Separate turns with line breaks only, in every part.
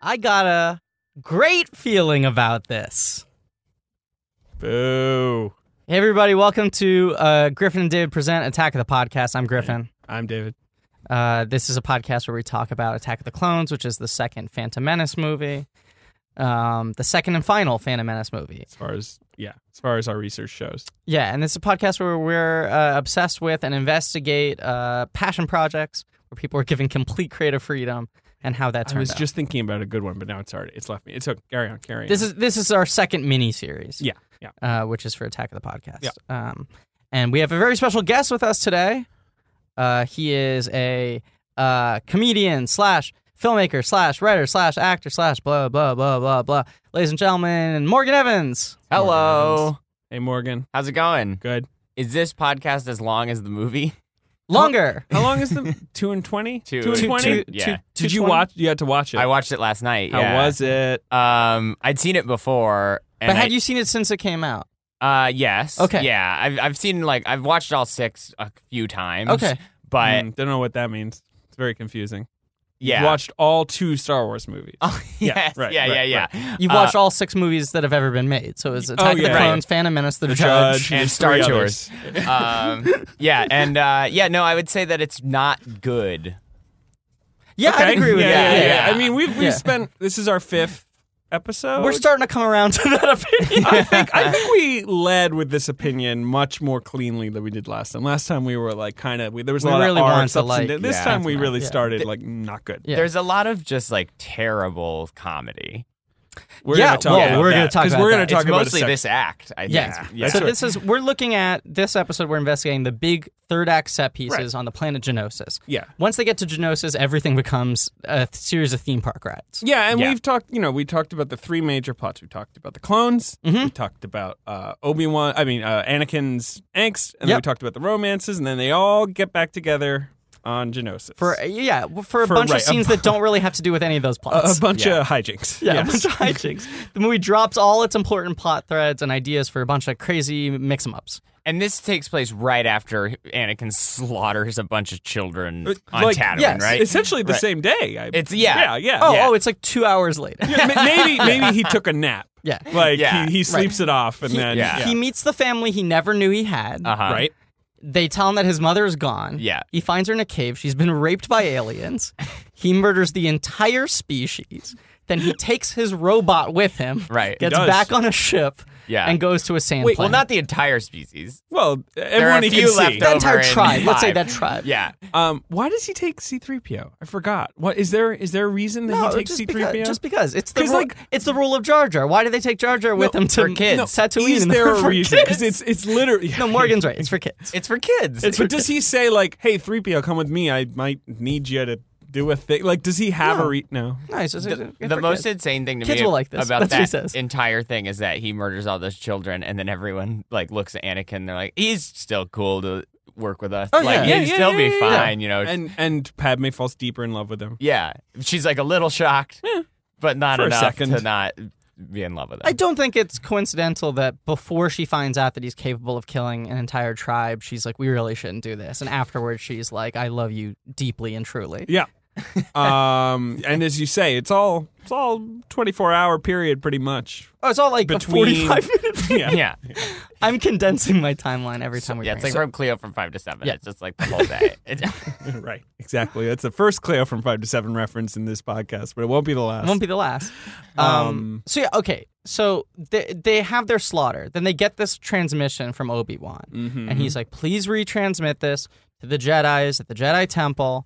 I got a great feeling about this.
Boo.
Hey, everybody, welcome to uh, Griffin and David present Attack of the Podcast. I'm Griffin.
I'm David.
Uh, this is a podcast where we talk about Attack of the Clones, which is the second Phantom Menace movie, um, the second and final Phantom Menace movie.
As far as yeah, as far as our research shows,
Yeah, and this is a podcast where we're uh, obsessed with and investigate uh, passion projects where people are given complete creative freedom and how that
I
turns
was
out.
just thinking about a good one, but now it's hard. It's left me. It's okay. Carry on. Carry
this
on.
is this is our second mini series.
yeah, yeah.
uh, which is for Attack of the Podcast.
Yeah.
Um, and we have a very special guest with us today. Uh, he is a uh, comedian slash filmmaker slash writer slash actor slash blah blah blah blah blah. Ladies and gentlemen, Morgan Evans.
Morgan
Hello.
Hey Morgan,
How's it going?
good.
Is this podcast as long as the movie?
Longer.
How long is the two and twenty?
Two
and
and-
twenty.
two- yeah.
Did you watch? You had to watch it.
I watched it last night.
How
yeah.
was it?
Um, I'd seen it before. And
But
I,
had you seen it since it came out?
Uh, yes.
Okay.
Yeah. I've I've seen like I've watched all six a few times.
Okay.
But
Mm, don't know what that means. It's very confusing.
yeah.
you watched all two Star Wars movies.
Oh,
Yeah,
yes.
right,
yeah.
right,
yeah. Yeah.
You've
Uh,
watched all six movies that have ever been made. So it was Attack of
yeah.
the
Right.
Clones, Phantom Menace, The,
The
Judge.
and
the
Star
three
Tours.
others.
um, yeah. And uh, yeah. No, I would say that it's not good.
Yeah,
Okay.
I'd agree with
yeah,
that.
Yeah,
Yeah,
yeah.
yeah.
I mean, we've we've
Yeah.
spent. This is our fifth episode.
We're starting to come around to that opinion.
I think I think we led with this opinion much more cleanly than we did last time. Last time we were like kind of there was a
We
lot
really
of
wanted
art
to
substance.
like-
this
yeah.
time we really
Yeah.
started like not good.
Yeah.
There's a lot of just like terrible comedy.
We're
Yeah,
gonna talk
well,
about
we're
that,
gonna talk
'cause
about
we're gonna
that.
talk
it's
about
mostly
a
this act. I
Yeah.
think.
That's
So
right.
this is we're looking at this episode. We're investigating the big third act set pieces on the planet Genosis.
Yeah.
Once they get to Genosis, everything becomes a th- series of theme park rides.
Yeah, and
Yeah.
we've talked. You know, we talked about the three major plots. We talked about the clones.
Mm-hmm.
We talked about uh, Obi Wan. I mean, uh, Anakin's angst, and then we
Yep.
talked about the romances, and then they all get back together on Genosis
For yeah, w- for a
For-
bunch of
right, a
scenes that don't really have to do with any of those
a
plots.
bunch
Yeah.
of hijinks.
yeah,
yes.
a bunch of hijinks. The movie drops all its important plot threads and ideas for a bunch of crazy mix 'em ups.
And this takes place right after Anakin slaughters a bunch of children on
Uh, like,
Tatooine,
yes,
right?
Essentially the same day. I,
It's- yeah.
yeah, yeah.
Oh,
Yeah.
oh, it's like two hours later.
Yeah, ma- maybe maybe he took a nap.
Yeah.
Like
Yeah,
he, he sleeps it off and
He,
then
yeah.
he uh, meets the family he never knew he had.
Uh-huh.
right.
They tell him that his mother is gone.
Yeah.
He finds her in a cave. She's been raped by aliens. He murders the entire species. Then he takes his robot with him.
Right. He
Gets
does.
back on a ship.
Yeah.
And goes to a sand
Wait, well,
planet.
not the entire species.
Well,
There
everyone
are a
he
few
can
left
see.
that entire
over in
tribe. Let's say
five.
that tribe.
Yeah.
Um, why does he take C three PO? I forgot. What is there? Is there a reason that
No,
he takes
just
C three
because,
PO?
just because it's the
'Cause,
rule,
like-
it's the rule of Jar Jar. Why do they take Jar Jar with them to
for kids.
No, Tatooine?
is
and
there a
for
reason?
kids?
Because it's it's literally
no, Morgan's right. It's for kids.
It's for kids.
It's-
But does he say like, "Hey, three PO, come with me. I might need you to do a thing." Like, does he have
No.
a re- no?
no, it's just,
the,
it's
the
for
most
kids.
insane thing to
Kids
me
will like this.
about
That's what he
that
says.
entire thing is that he murders all those children, and then everyone like looks at Anakin. They're like, he's still cool to work with us.
Oh,
like,
yeah.
he'd
Yeah, yeah,
still
yeah,
be
yeah, yeah.
fine, you know.
And and Padme falls deeper in love with him.
yeah, she's like a little shocked, but not
For a
enough
second.
to not be in love with him.
I don't think it's coincidental that before she finds out that he's capable of killing an entire tribe, she's like, "We really shouldn't do this," and afterwards, she's like, "I love you deeply and truly."
Yeah. um, and as you say, it's all it's all twenty four hour period pretty much.
Oh, it's all like
Between-
a forty-five minutes.
Yeah.
yeah,
I'm condensing my timeline every time we.
yeah. It's
bring
like
it up.
from Cleo from five to seven.
Yeah.
It's just like the whole day. It's-
Right. Exactly. That's the first Cleo from five to seven reference in this podcast, but it won't be the last.
It won't be the last. Um,
Um,
so yeah, okay. So they they have their slaughter. Then they get this transmission from Obi Wan,
Mm-hmm,
and he's like, "Please retransmit this to the Jedi's at the Jedi Temple,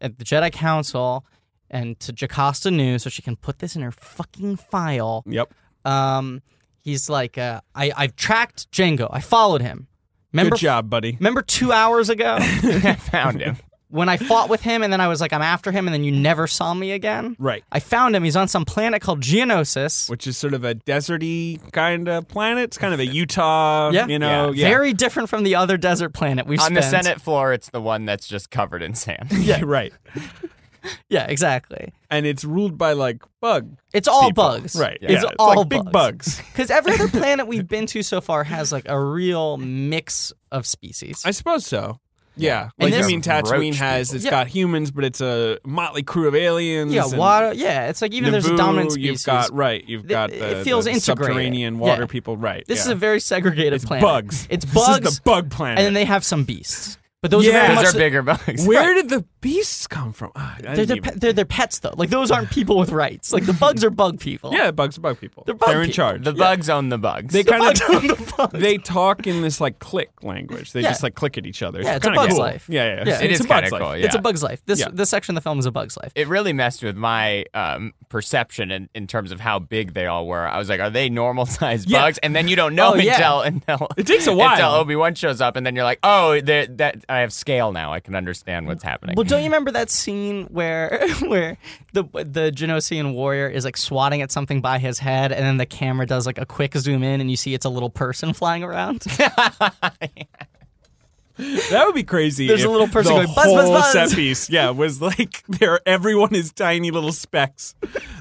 at the Jedi Council, and to Jocasta News, so she can put this in her fucking file."
Yep.
Um, he's like, uh, "I I've tracked Django. I followed him. Remember,
Good job, buddy.
remember two hours ago
I found him.
when I fought with him, and then I was like, I'm after him, and then you never saw me again."
Right.
I found him. He's on some planet called Geonosis.
Which is sort of a deserty kind of planet. It's kind of a Utah,
Yeah.
you know, oh, yeah.
Very different from the other desert planet we've
On the
spent.
Senate floor, it's the one that's just covered in sand.
yeah, right.
Yeah, exactly.
And it's ruled by like bug,
It's all
people.
bugs.
right?
It's
yeah.
all
like big bugs.
Because every other planet we've been to so far has like a real mix of species.
I suppose so. Yeah,
And
like I
this-
mean, Tatooine
Roach
has
people.
it's
Yeah.
got humans, but it's a motley crew of aliens.
Yeah,
and
water. Yeah, it's like even there's a
Naboo,
dominant species.
You've got right. You've
Th-
got
it
the,
feels
the
integrated.
subterranean water
Yeah.
people. Right.
this
yeah.
is a very segregated
it's
planet.
bugs.
It's
This is
bugs,
the bug planet.
and then they have some beasts. But those
Yeah.
are very
Those
much
are bigger bugs.
Where did the beasts come from? Ah, I
They're,
didn't
their
even-
pe- they're their pets though. Like those aren't people with rights. Like the bugs are bug people.
yeah, bugs are bug people.
They're bug
in
people.
charge.
The bugs own the bugs.
they kind
bugs
of
own the bugs.
they talk in this like click language. They
Yeah.
just like click at each other.
Yeah, it's a
kinda
bug's
cool.
life.
Yeah, yeah,
Yeah.
It's-
It
it's
is
a bug's
kinda
life.
cool,
It's
Yeah.
a bug's life. This
Yeah.
this section of the film is a bug's life.
it really messed with my um, perception in, in terms of how big they all were. I was like, are they normal sized
Yeah.
bugs? And then you don't know
Oh, yeah.
until until
It takes a
until
while.
Obi Wan shows up, and then you're like, oh, they're- that I have scale now. I can understand what's happening.
Well, don't you remember that scene where where the the Genosian warrior is like swatting at something by his head, and then the camera does like a quick zoom in, and you see it's a little person flying around.
That would be crazy.
There's a
if
little person
the
going, "Buzz, buzz,
whole
buzz."
set piece, yeah, was like there. Everyone is tiny little specks.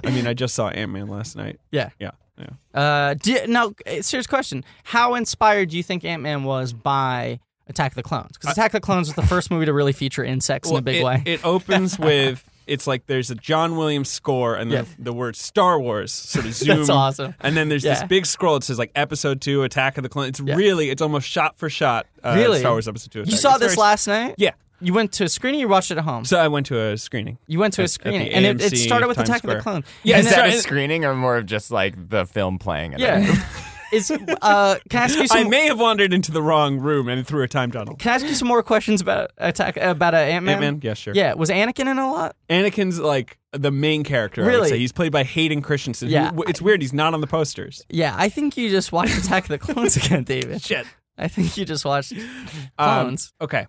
I mean, I just saw Ant Man last night.
yeah.
Yeah, yeah.
Uh, do you- now, eh, serious question: How inspired do you think Ant Man was by Attack of the Clones? Because Attack of the Clones was the first movie to really feature insects in a big
it,
way.
It opens with it's like there's a John Williams score and
Yeah.
the, the word Star Wars sort of zoom.
awesome.
And then there's this
Yeah.
big scroll. It says like Episode Two, Attack of the Clones. It's really, it's almost shot for shot. Uh,
Really?
Star Wars Episode Two.
you
Attack.
saw
It's
this
very-
last night.
Yeah.
You went to a screening. You watched it at home.
So I went to a screening.
you went to a
at- at the
screening, and it, it
AMC
started with
Times
Attack of
Square.
the Clones.
Yeah,
And
it's
then-
so-
Is that
it-
a screening or more of just like the film playing? at it?
Yeah. Is uh, can I ask you
I
some?
may have wandered into the wrong room and through a time tunnel.
Can I ask you some more questions about attack about uh, Ant Man?
Ant-Man? Yeah, sure.
Yeah, was Anakin in a lot?
Anakin's like the main character. I would
Really?
say. he's played by Hayden Christensen. who-
Yeah.
w- it's weird. He's not on the posters.
Yeah, I think you just watched Attack of the Clones again, David.
Shit.
I think you just watched
Um,
Clones.
okay.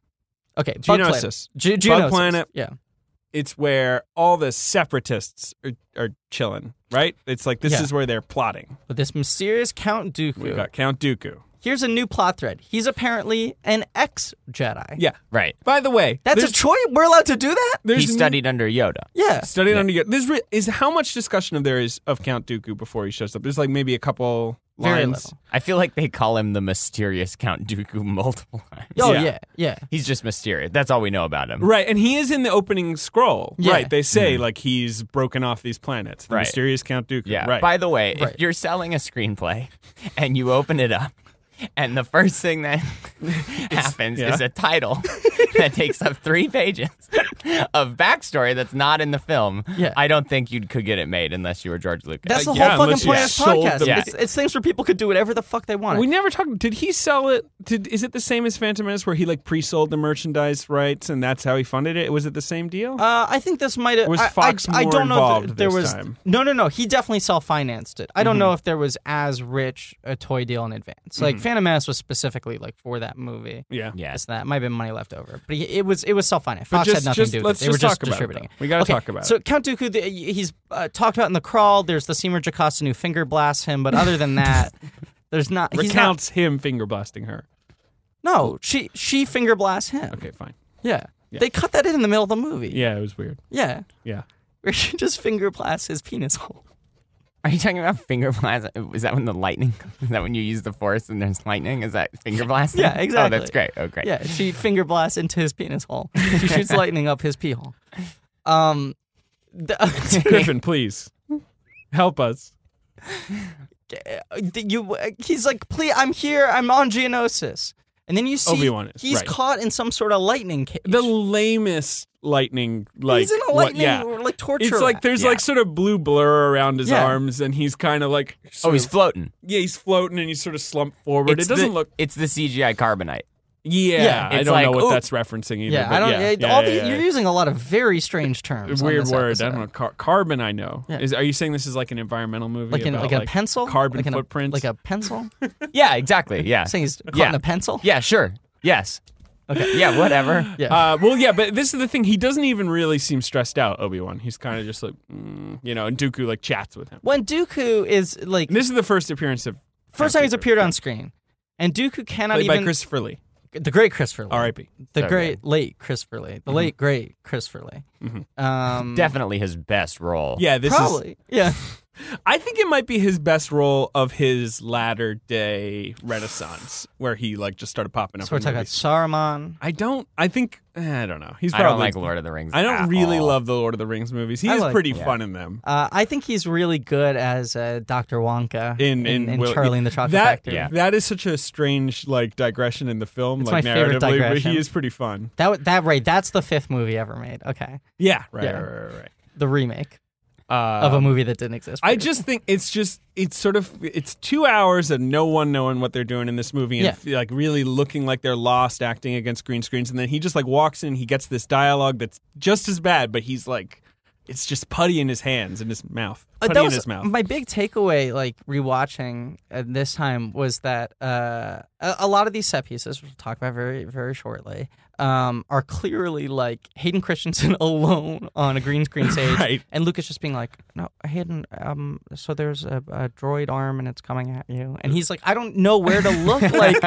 okay, Bug Planet.
Geonosis.
Ge-
Bug
Geonosis.
Planet.
Yeah,
It's where all the separatists are, are chilling. Right. It's like this
Yeah.
is where they're plotting.
but this mysterious Count
We've
Dooku.
got Count Dooku.
Here's a new plot thread. He's apparently an ex Jedi.
Yeah.
Right.
By the way,
that's
there's,
a choice. We're allowed to do that.
there's
He studied under Yoda.
Yeah,
Studied under Yoda. There's re- is how much discussion of there is of Count Dooku before he shows up. There's like maybe a couple
Very
lines.
little.
I feel like they call him the mysterious Count Dooku multiple times.
Oh
Yeah.
yeah, yeah.
He's just mysterious. That's all we know about him.
Right, and he is in the opening scroll.
Yeah. Mm-hmm.
Right, they say like he's broken off these planets. The
Right.
mysterious Count Dooku.
Yeah.
Right.
By the way,
Right.
if you're selling a screenplay and you open it up, and the first thing that happens
yeah.
is a title that takes up three pages of backstory that's not in the film,
Yeah.
I don't think you could get it made unless you were George Lucas.
That's the
Uh, yeah,
whole fucking
unless you
point of this
sold
podcast.
the-
It's, it's things where people could do whatever the fuck they wanted.
we never talked. Did he sell it? Did is it the same as Phantom Menace, where he like pre-sold the merchandise rights, and that's how he funded it? Was it the same deal?
Uh, I think this might have.
Was
I,
Fox
I, I
more
don't know
involved
if there
this
was.
time? Mm-hmm.
No, no, no. He definitely self-financed it. I don't know if there was as rich a toy deal in advance. Like Phantom Menace was specifically like for that movie.
Mm-hmm. yeah.
yeah.
This and that might have been money left over, but he, it was it was self-financed.
But
Fox
just-
had nothing
just-
to do with
let's
it. They were
just talk
just
about it,
distributing
though.
it.
We gotta
Okay,
talk about
So Count Dooku, the, he's uh, talked about in the crawl. There's the Seymour Jocasta new finger blasts him, but other than that, there's not. He's not,
Recounts him finger blasting her.
no, she she finger blasts him.
Okay, fine.
Yeah. They cut that in in the middle of the movie.
Yeah, it was weird.
Yeah.
Yeah.
Where she just finger blasts his penis hole.
Are you talking about finger blast? Is that when the lightning? Is that when you use the force and there's lightning? Is that finger blasting?
Yeah, exactly.
Oh, that's great. Oh, great.
Yeah, she finger blasts into his penis hole. She shoots lightning up his pee hole. Um, the,
Griffin, please help us.
you, he's like, please, I'm here, I'm on Geonosis. And then you see
Obi-Wan is,
he's
right.
caught in some sort of lightning cage.
The lamest lightning, like
he's in a
what-
lightning,
yeah.
like torture.
It's like
rack.
there's
Yeah.
like sort of blue blur around his
Yeah.
arms, and he's kind of like
Oh,
sort
he's
of-
floating.
yeah, he's floating, and he's sort of slumped forward.
It's
it doesn't
the,
look
It's the CGI carbonite.
yeah.
Yeah.
I
It's
don't know
like,
what
ooh.
that's referencing either.
yeah,
but
I don't.
Yeah, yeah,
all
yeah,
the,
yeah.
You're using a lot of very strange terms. on
weird
this
word. I
episode.
don't know. Car- carbon. I know.
Yeah.
Is are you saying this is like an environmental movie?
Like in
about,
like in a pencil,
carbon
like in a-
footprints?
like a pencil.
Yeah, exactly. Yeah.
Saying he's caught
Yeah.
in a pencil.
Yeah, sure. Yes. Okay. Yeah, whatever. Um,
Yeah.
Uh, well, yeah, but this is the thing. He doesn't even really seem stressed out. Obi Wan. He's kind of just like, mm, you know, and Dooku like chats with him.
when Dooku is like
And this is the first appearance of
First time he's
Dooku,
appeared on screen, and Dooku cannot
played by
even
Christopher Lee.
the great Christopher Lee,
R.I.P.
the
So
great late Christopher Lee,
Mm-hmm.
the late great Christopher Lee. Um,
Definitely his best role.
Yeah, Mm-hmm. this is
probably yeah.
I think it might be his best role of his latter day renaissance, where he like just started popping up.
So we're
in
talking about
movies.
Saruman.
I don't. I think eh, I don't know. He's
I
probably.
don't like Lord of the Rings.
I don't
at
really
all.
love the Lord of the Rings movies. He
I
is
like-
pretty
yeah.
fun in them.
Uh, I think he's really good as uh, Dr. Wonka
In in, Will-
Charlie and the Chocolate
that,
Factory.
yeah.
That is such a strange like digression in the film,
It's
like
my
narratively,
favorite
but
digression.
he is pretty fun.
That w- that right. That's the fifth movie ever made. Okay,
Yeah, right,
Yeah.
right, right, right.
the remake
right.
of
Um,
a movie that didn't exist.
I just think it's just it's sort of it's two hours of no one knowing what they're doing in this movie and
Yeah.
feel like really looking like they're lost acting against green screens and then he just like walks in he gets this dialogue that's just as bad but he's like it's just putty in his hands in his mouth
Uh,
putty
that
in
was-
his mouth
My big takeaway, like rewatching uh, this time, was that uh, a, a lot of these set pieces, which we'll talk about very, very shortly, um, are clearly like Hayden Christensen alone on a green screen stage,
Right.
and Lucas just being like, "No, Hayden. Um, so there's a, a droid arm and it's coming at you," and he's like, "I don't know where to look." like,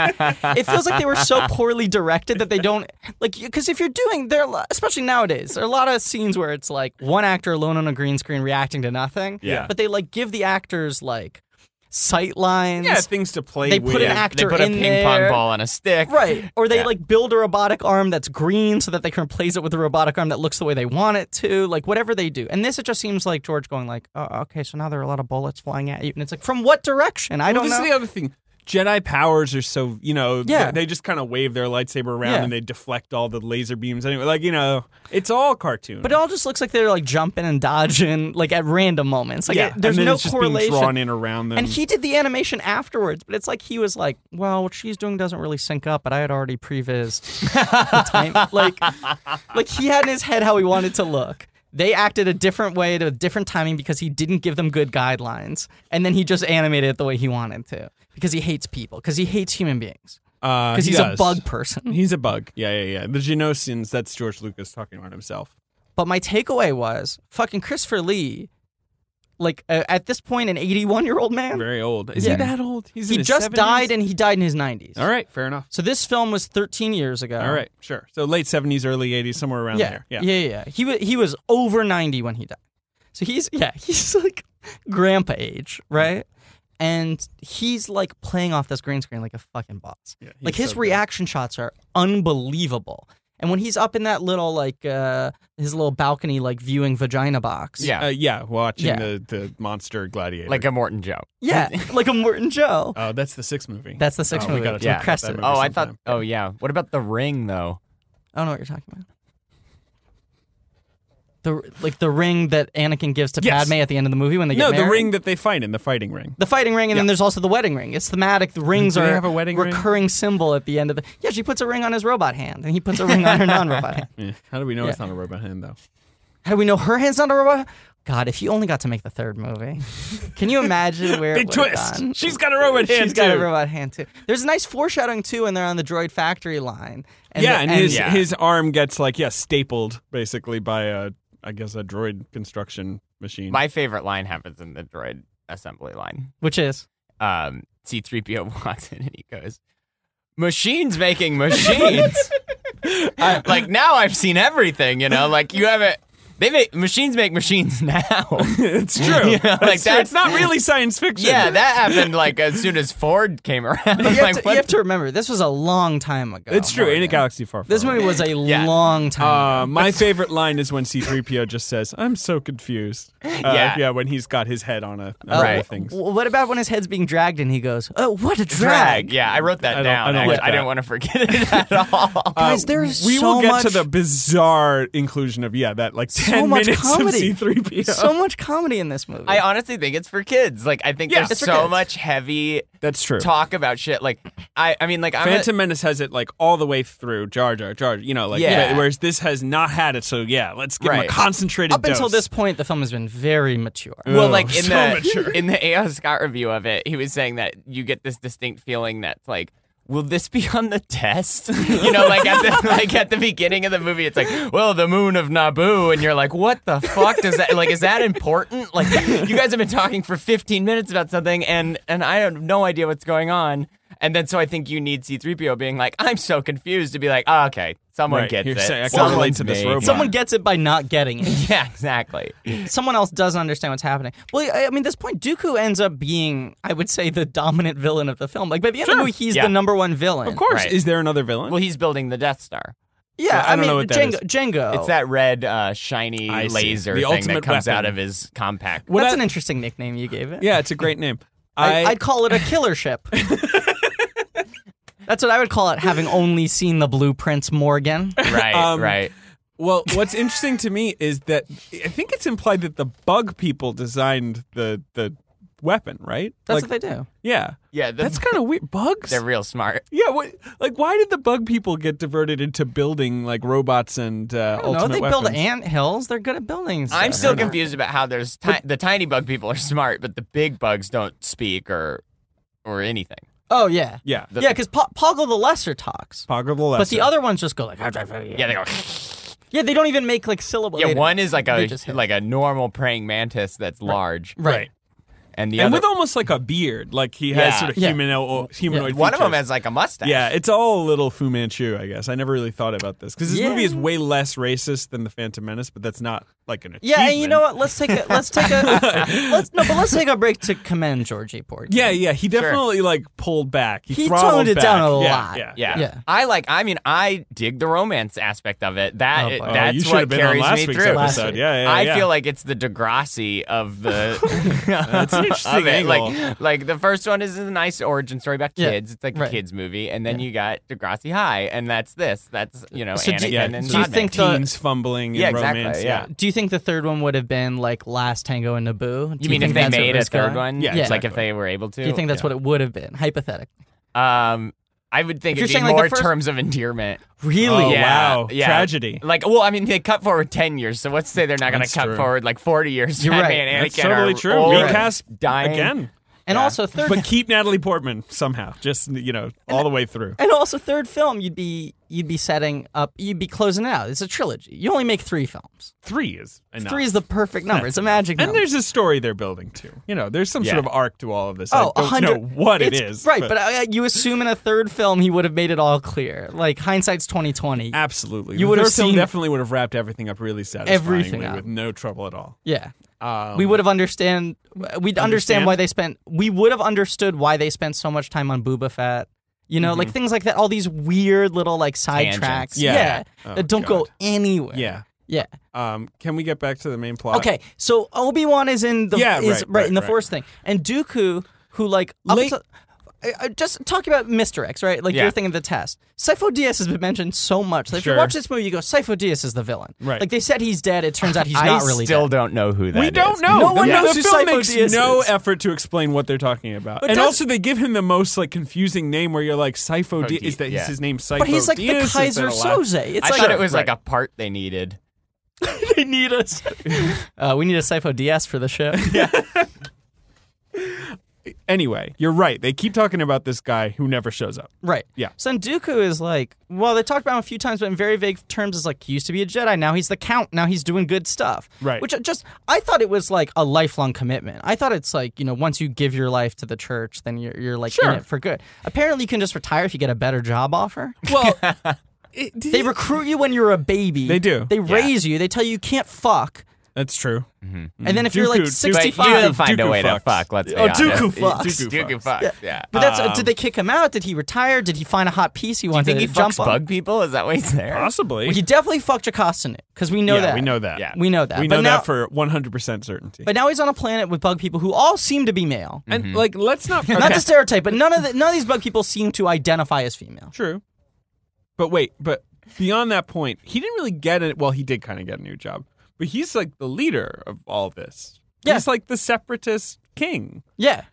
it feels like they were so poorly directed that they don't like because if you're doing there, are a lot- especially nowadays, there are a lot of scenes where it's like one actor alone on a green screen reacting to nothing.
Yeah.
but they like give the actors like sight lines.
yeah things to play
they
with
put an actor
They put a
in
ping
there.
pong ball on a stick.
Right. Or they
Yeah.
like build a robotic arm that's green so that they can replace it with a robotic arm that looks the way they want it to, like whatever they do. And this it just seems like George going like, "Oh, okay, so now there are a lot of bullets flying at you." And it's like, "From what direction?" I
Well,
don't
this
know.
is the other thing Jedi powers are so you know
Yeah.
they, they just kind of wave their lightsaber around
Yeah.
and they deflect all the laser beams anyway like you know it's all cartoon
but uh, it all just looks like they're like jumping and dodging like at random moments. Like
yeah
it- there's
and then
no
it's just
correlation.
being drawn in around them
And he did the animation afterwards, but it's like he was like, "Well, what she's doing doesn't really sync up." But I had already prevised the time. like, like he had in his head how he wanted to look. They acted a different way to a different timing because he didn't give them good guidelines, and then he just animated it the way he wanted to because he hates people, because he hates human beings, because
because
he's a bug person.
Uh, He's a bug. Yeah, yeah, yeah. The Genosians, that's George Lucas talking about himself.
But my takeaway was fucking Christopher Lee, like uh, at this point, an eighty-one-year-old man.
Very old. Is
Yeah.
he that old? He's in
He
his
just
70s?
died, and he died in his nineties.
All right, fair enough.
So this film was 13 years ago.
All right, sure. So late 70s, early 80s, somewhere around
yeah,
there.
Yeah. Yeah. Yeah. He was he was over 90 when he died. So he's yeah, he's like grandpa age, right? And he's like playing off this green screen like a fucking boss.
Yeah, he's
like his
so good.
reaction shots are unbelievable. And when he's up in that little like uh his little balcony like viewing vagina box.
Yeah.
Uh, yeah, watching
Yeah.
The, the monster gladiator.
Like a Morton Joe.
Yeah, like a Morton Joe.
oh, that's the sixth movie.
That's the sixth
Oh, we
movie.
gotta
with
talk about
Creston.
that movie.
Oh, I
sometime.
thought. Oh, yeah. What about the ring though?
I don't know what you're talking about. The like the ring that Anakin gives to
Yes.
Padme at the end of the movie when they
no,
get married.
the ring that they fight in, the fighting ring.
the fighting ring, and then
Yeah.
there's also the wedding ring. It's thematic. The rings
Do they
are
have a wedding ring?
recurring symbol at the end of the. Yeah, she puts a ring on his robot hand, and he puts a ring on her non-robot hand.
Yeah. How do we know
Yeah.
it's not a robot hand, though?
How do we know her hand's not a robot? God, if you only got to make the third movie, can you imagine where
Big
it would've
twist.
gone?
She's got a robot hand,
She's got
too.
a robot hand too. There's a nice foreshadowing too, and they're on the droid factory line. And
yeah,
the-
and, his
yeah.
his arm gets like yeah stapled basically by a I guess a droid construction machine.
My favorite line happens in the droid assembly line.
which is
Um, C3PO walks in and he goes, "Machines making machines." I- like now I've seen everything. You know, like you haven't. They make machines make machines now.
it's true.
You know,
That's
like,
true.
that's-
It's not really science fiction.
yeah, that happened like as soon as Ford came around.
you have,
like,
to, you
what
have to remember this was a long time ago.
It's true. In a
Morgan.
galaxy far, far
This
away.
movie was a
Yeah.
long time.
Uh, my favorite line is when C-3PO just says, "I'm so confused." Uh,
Yeah. Oh,
yeah. When he's got his head on a
ago.
on
Uh,
right.
Right.
things.
w- what about when his head's being dragged and he goes, "Oh, what a drag!"
drag. Yeah, I wrote that
I don't-
down.
I
I,
don't like
I
that.
didn't want to forget it at all.
Guys, there's
Uh, we
so
will get to
much-
the bizarre inclusion of yeah that like ten
much
minutes
comedy.
of C-3PO.
So much comedy in this movie.
I honestly think it's for kids. Like I think
Yeah,
there's
it's for
so
kids.
much heavy
That's true.
talk about shit. Like I, I mean, like I'm.
Phantom Menace has it like all the way through Jar Jar Jar. You know, like
Yeah.
but- whereas this has not had it. So yeah, let's give him a
Right.
concentrated
Up until
dose.
this point, the film has been very mature.
A, well,
Ugh,
like in
so
the
mature.
in the A.O. Scott review of it, he was saying that you get this distinct feeling that's like. Will this be on the test? You know, like at the like at the beginning of the movie, it's like, well, the moon of Naboo, and you're like, what the fuck does that? Like, is that important? Like, you guys have been talking for 15 minutes about something, and and I have no idea what's going on. And then so I think you need C3PO being like, I'm so confused to be like, "Ah, okay, someone
Right,
gets
here,
it.
say, I can
Someone's
relate to this
made
robot."
it."
Someone gets it by not getting it.
Yeah, exactly.
someone else doesn't understand what's happening. Well, I I mean, at this point, Dooku ends up being, I would say, the dominant villain of the film. Like by the end of the movie, he's
Yeah.
the number one villain.
Of course.
Right.
Is there another villain?
Well, he's building the Death Star.
Yeah,
I
I,
don't
mean,
know what that
Jango.
is.
Jango.
It's that red, uh, shiny
Oh. I see.
laser
The
thing
ultimate
that comes out
weapon.
of his compact.
What
That's
I-
an interesting nickname you gave it.
yeah, it's a great name.
I,
I,
I'd call it a killer ship. That's what I would call it. Having only seen the blueprints, Morgan.
Right,
Um,
right.
well, what's interesting to me is that I think it's implied that the bug people designed the the weapon, right?
That's
like,
what they do.
yeah,
Yeah, the-
that's kind of weird. Bugs.
They're real smart.
Yeah, what, like why did the bug people get diverted into building like robots and uh,
No,
ultimate
they
weapons?
build ant hills. They're good at building. Stuff.
I'm still confused about how there's ti- the tiny bug people are smart, but the big bugs don't speak or or anything.
Oh yeah.
Yeah,
yeah, because po- Poggle the Lesser talks,
Poggle the
but the
Lesser.
other ones just go like.
Yeah, they go.
Yeah, they don't even make like syllable.
Yeah,
they-
one is like
they
a
just hit.
like a normal praying mantis that's large,
right.
and the
and
other
with almost like a beard, like he has
Yeah.
sort of
Yeah.
humano- uh, humanoid.
one of them
features.
has like a mustache.
Yeah, it's all a little Fu Manchu, I guess. I never really thought about this because this
Yeah.
movie is way less racist than the Phantom Menace, but that's not like an
Yeah, and you
achievement.
know what? Let's take a let's take a let's no, but let's take a break to commend Georgie Porgy.
Yeah, yeah, he definitely like pulled back. He,
He
throttled
toned it
back.
down a
Yeah,
lot.
Yeah,
Yeah.
Yeah.
I like. I mean, I dig the romance aspect of it. That
Oh, boy.
Oh,
that's
you should
what
have been on
carries
last
me
week's
through.
Last
episode.
week.
Yeah, yeah,
I
yeah.
feel like it's the Degrassi of the.
That's an interesting
of it.
angle.
Like, like the first one is a nice origin story about
Yeah,
kids. It's like
right.
a kids movie, and then you got Degrassi High, and that's this. That's you know
So do-
Anakin
yeah.
and
do you
Padme.
think the-
teens fumbling
Yeah,
in
exactly,
romance.
yeah.
Do you think the third one would have been like Last Tango and Naboo? Do
You mean
think
if they
that's where
made
it
a
was
third
going?
one?
Yeah,
It's like
exactly.
if they were able to.
Do you think that's
Yeah.
what it would have been? Hypothetically.
Um, I would think
If
it'd
you're saying,
be
like,
more
the first-
terms of endearment.
Really?
Oh,
yeah,
wow.
yeah.
Tragedy.
Like, well, I mean, they cut forward ten years, so let's say they're not going to
That's
cut
true.
forward like forty years.
You're
Padme
right.
and
That's
Anakin
totally
are
true.
old and
Recast
dying
again,
And
Yeah.
also third
but keep Natalie Portman somehow. Just you know, all the way through.
and also third film you'd be you'd be setting up you'd be closing out. It's a trilogy. You only make three films.
Three is enough.
Three is the perfect number. it's a magic
And
number.
there's a story they're building too. You know, there's some
Yeah.
sort of arc to all of this.
Oh,
I
a
don't
hundred.
know what it
It's-
is.
right? But uh, you assume in a third film he would have made it all clear. Like hindsight's twenty twenty.
absolutely,
You
The
would have
third film
seen-
definitely would have wrapped everything up really satisfyingly
Everything up.
with no trouble at all.
Yeah,
Um,
we would have understand. We'd understand,
Understand?
why they spent. We would have understood why they spent so much time on Booba Fett. You know, like things like that. All these weird little like side
Tangents.
tracks.
Mm-hmm. Yeah. Oh,
that don't go
God.
anywhere.
yeah.
yeah.
Um, can we get back to the main plot?
Okay, so Obi Wan is in the
Yeah,
is
right, right,
in the
right.
Force thing, and Dooku, who like up
Late-
to- I- I- just talking about Mister X, right? Like
Yeah.
your thing of the test. Sifo Dyas has been mentioned so much. Like, If
Sure.
you watch this movie, you go, Sifo Dyas is the villain.
Right.
Like they said he's dead. It turns out he's
I
not really
still
dead.
don't know who that is.
We don't know.
No one
the,
knows who
the film
Sifo
makes
Dyas
no
is.
effort to explain what they're talking about,
But
and
does-
also they give him the most like confusing name, where you're like Sifo. Di-
Di-
is that is
yeah.
his name? Sifo.
But he's like
Dyas?
the
Is that
Kaiser
a laugh?
Soze. It's
I
like
thought it was
Right.
like a part they needed.
they need us. uh, we need a Sifo Dyas for the ship.
Anyway, you're right. They keep talking about this guy who never shows up.
Right.
Yeah.
So Dooku is like, well, they talked about him a few times, but in very vague terms, is like he used to be a Jedi. Now he's the Count. Now he's doing good stuff.
Right.
Which I just I thought it was like a lifelong commitment. I thought it's like you know once you give your life to the church, then you're you're like
Sure.
in it for good. Apparently, you can just retire if you get a better job offer.
Well, it, did
They
he-
recruit you when you're a baby.
They do.
They raise you. They tell you you can't fuck.
that's true.
And then if you're
Mm. Dooku-
like
Dooku-
But
65,
you will find a
Dooku
way
fucks.
to fuck. Let's be
Oh,
honest.
Dooku fucks.
Dooku,
Dooku
fucks. Uh, Yeah.
but that's did they kick him out? Did he retire? Did he find a hot piece he
I
wanted
think he
to jump
fucks
on?
bug people. Is that what he's there?
Possibly.
He definitely fucked Jocasta because we know
yeah,
that.
we know that.
Yeah.
We know that.
We
but
know
now,
that for 100% certainty.
But now he's on a planet with bug people who all seem to be male.
and like let's not okay.
Not to stereotype, but none of the, none of these bug people seem to identify as female.
true. But wait, but beyond that point, he didn't really get it. Well, he did kind of get a new job. But he's like the leader of all this.
Yeah.
He's like the separatist king.
Yeah,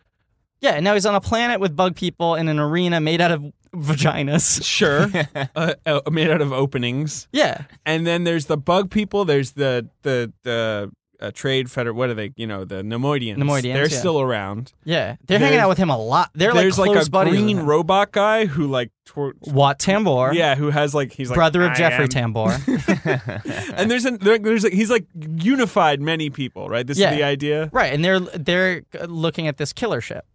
yeah. And now he's on a planet with bug people in an arena made out of vaginas.
Sure. uh, uh, made out of openings.
Yeah,
And then there's the bug people, there's the the the uh, trade feder what are they, you know, the Nemoidians.
Nemoidians,
They're
yeah.
still around.
yeah. They're hanging
There's-
out with him a lot. They're like
there's
close
like a
buddies. with
green
him.
robot guy who like twer-
Wat Tambor,
yeah, who has like he's like
brother of
"I
Jeffrey
am
Tambor.
and there's an there, there's like he's like unified many people, right? This
Yeah.
is the idea.
right, and they're they're looking at this killer ship.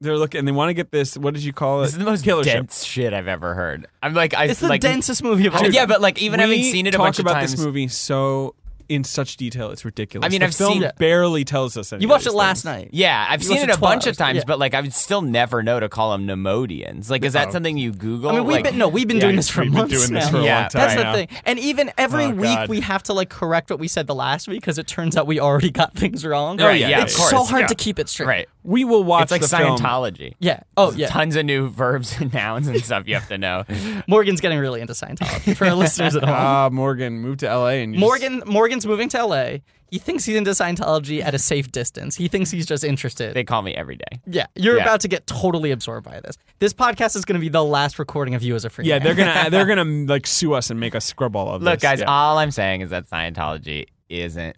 They're looking, and they want to get this. What did you call it?
This is the most
killer ship.
dense shit I've ever heard. I'm like, I
It's the
like,
densest movie of all.
yeah, but like even having
We
seen it a
talk
bunch of
about
times,
this movie so in such detail, it's ridiculous.
I mean,
the
I've
film
seen
it.
barely tells us. Any
you
of
watched
these
it last
things.
night.
yeah, I've seen
watched
it
it
a bunch of
12 hours,
times,
yeah.
but like I would still never know to call them Nemodians. Like, is that something you Google?
I mean, we've
Like-
been no, we've been
Oh, Yeah,
doing this for
we've been
months
doing this
now.
for a
Yeah.
long time.
That's the
now.
thing. And even every
Oh,
week
God.
we have to like correct what we said the last week because it turns out we already got things wrong.
Right, Oh, yeah,
it's
of course,
so hard
yeah.
to keep it straight.
right.
We will watch
It's like
the film.
Scientology.
Yeah. Oh yeah.
Tons of new verbs and nouns and stuff you have to know.
Morgan's getting really into Scientology for our listeners at home.
Ah, Morgan moved to L.A. and you just-
Morgan Morgan's moving to LA. He thinks he's into Scientology at a safe distance. He thinks he's just interested.
They call me every day.
yeah, you're
Yeah.
about to get totally absorbed by this. This podcast is going to be the last recording of you as a free
Yeah,
man.
they're gonna they're gonna like sue us and make us scrub all of
Look,
this.
guys,
Yeah.
all I'm saying is that Scientology isn't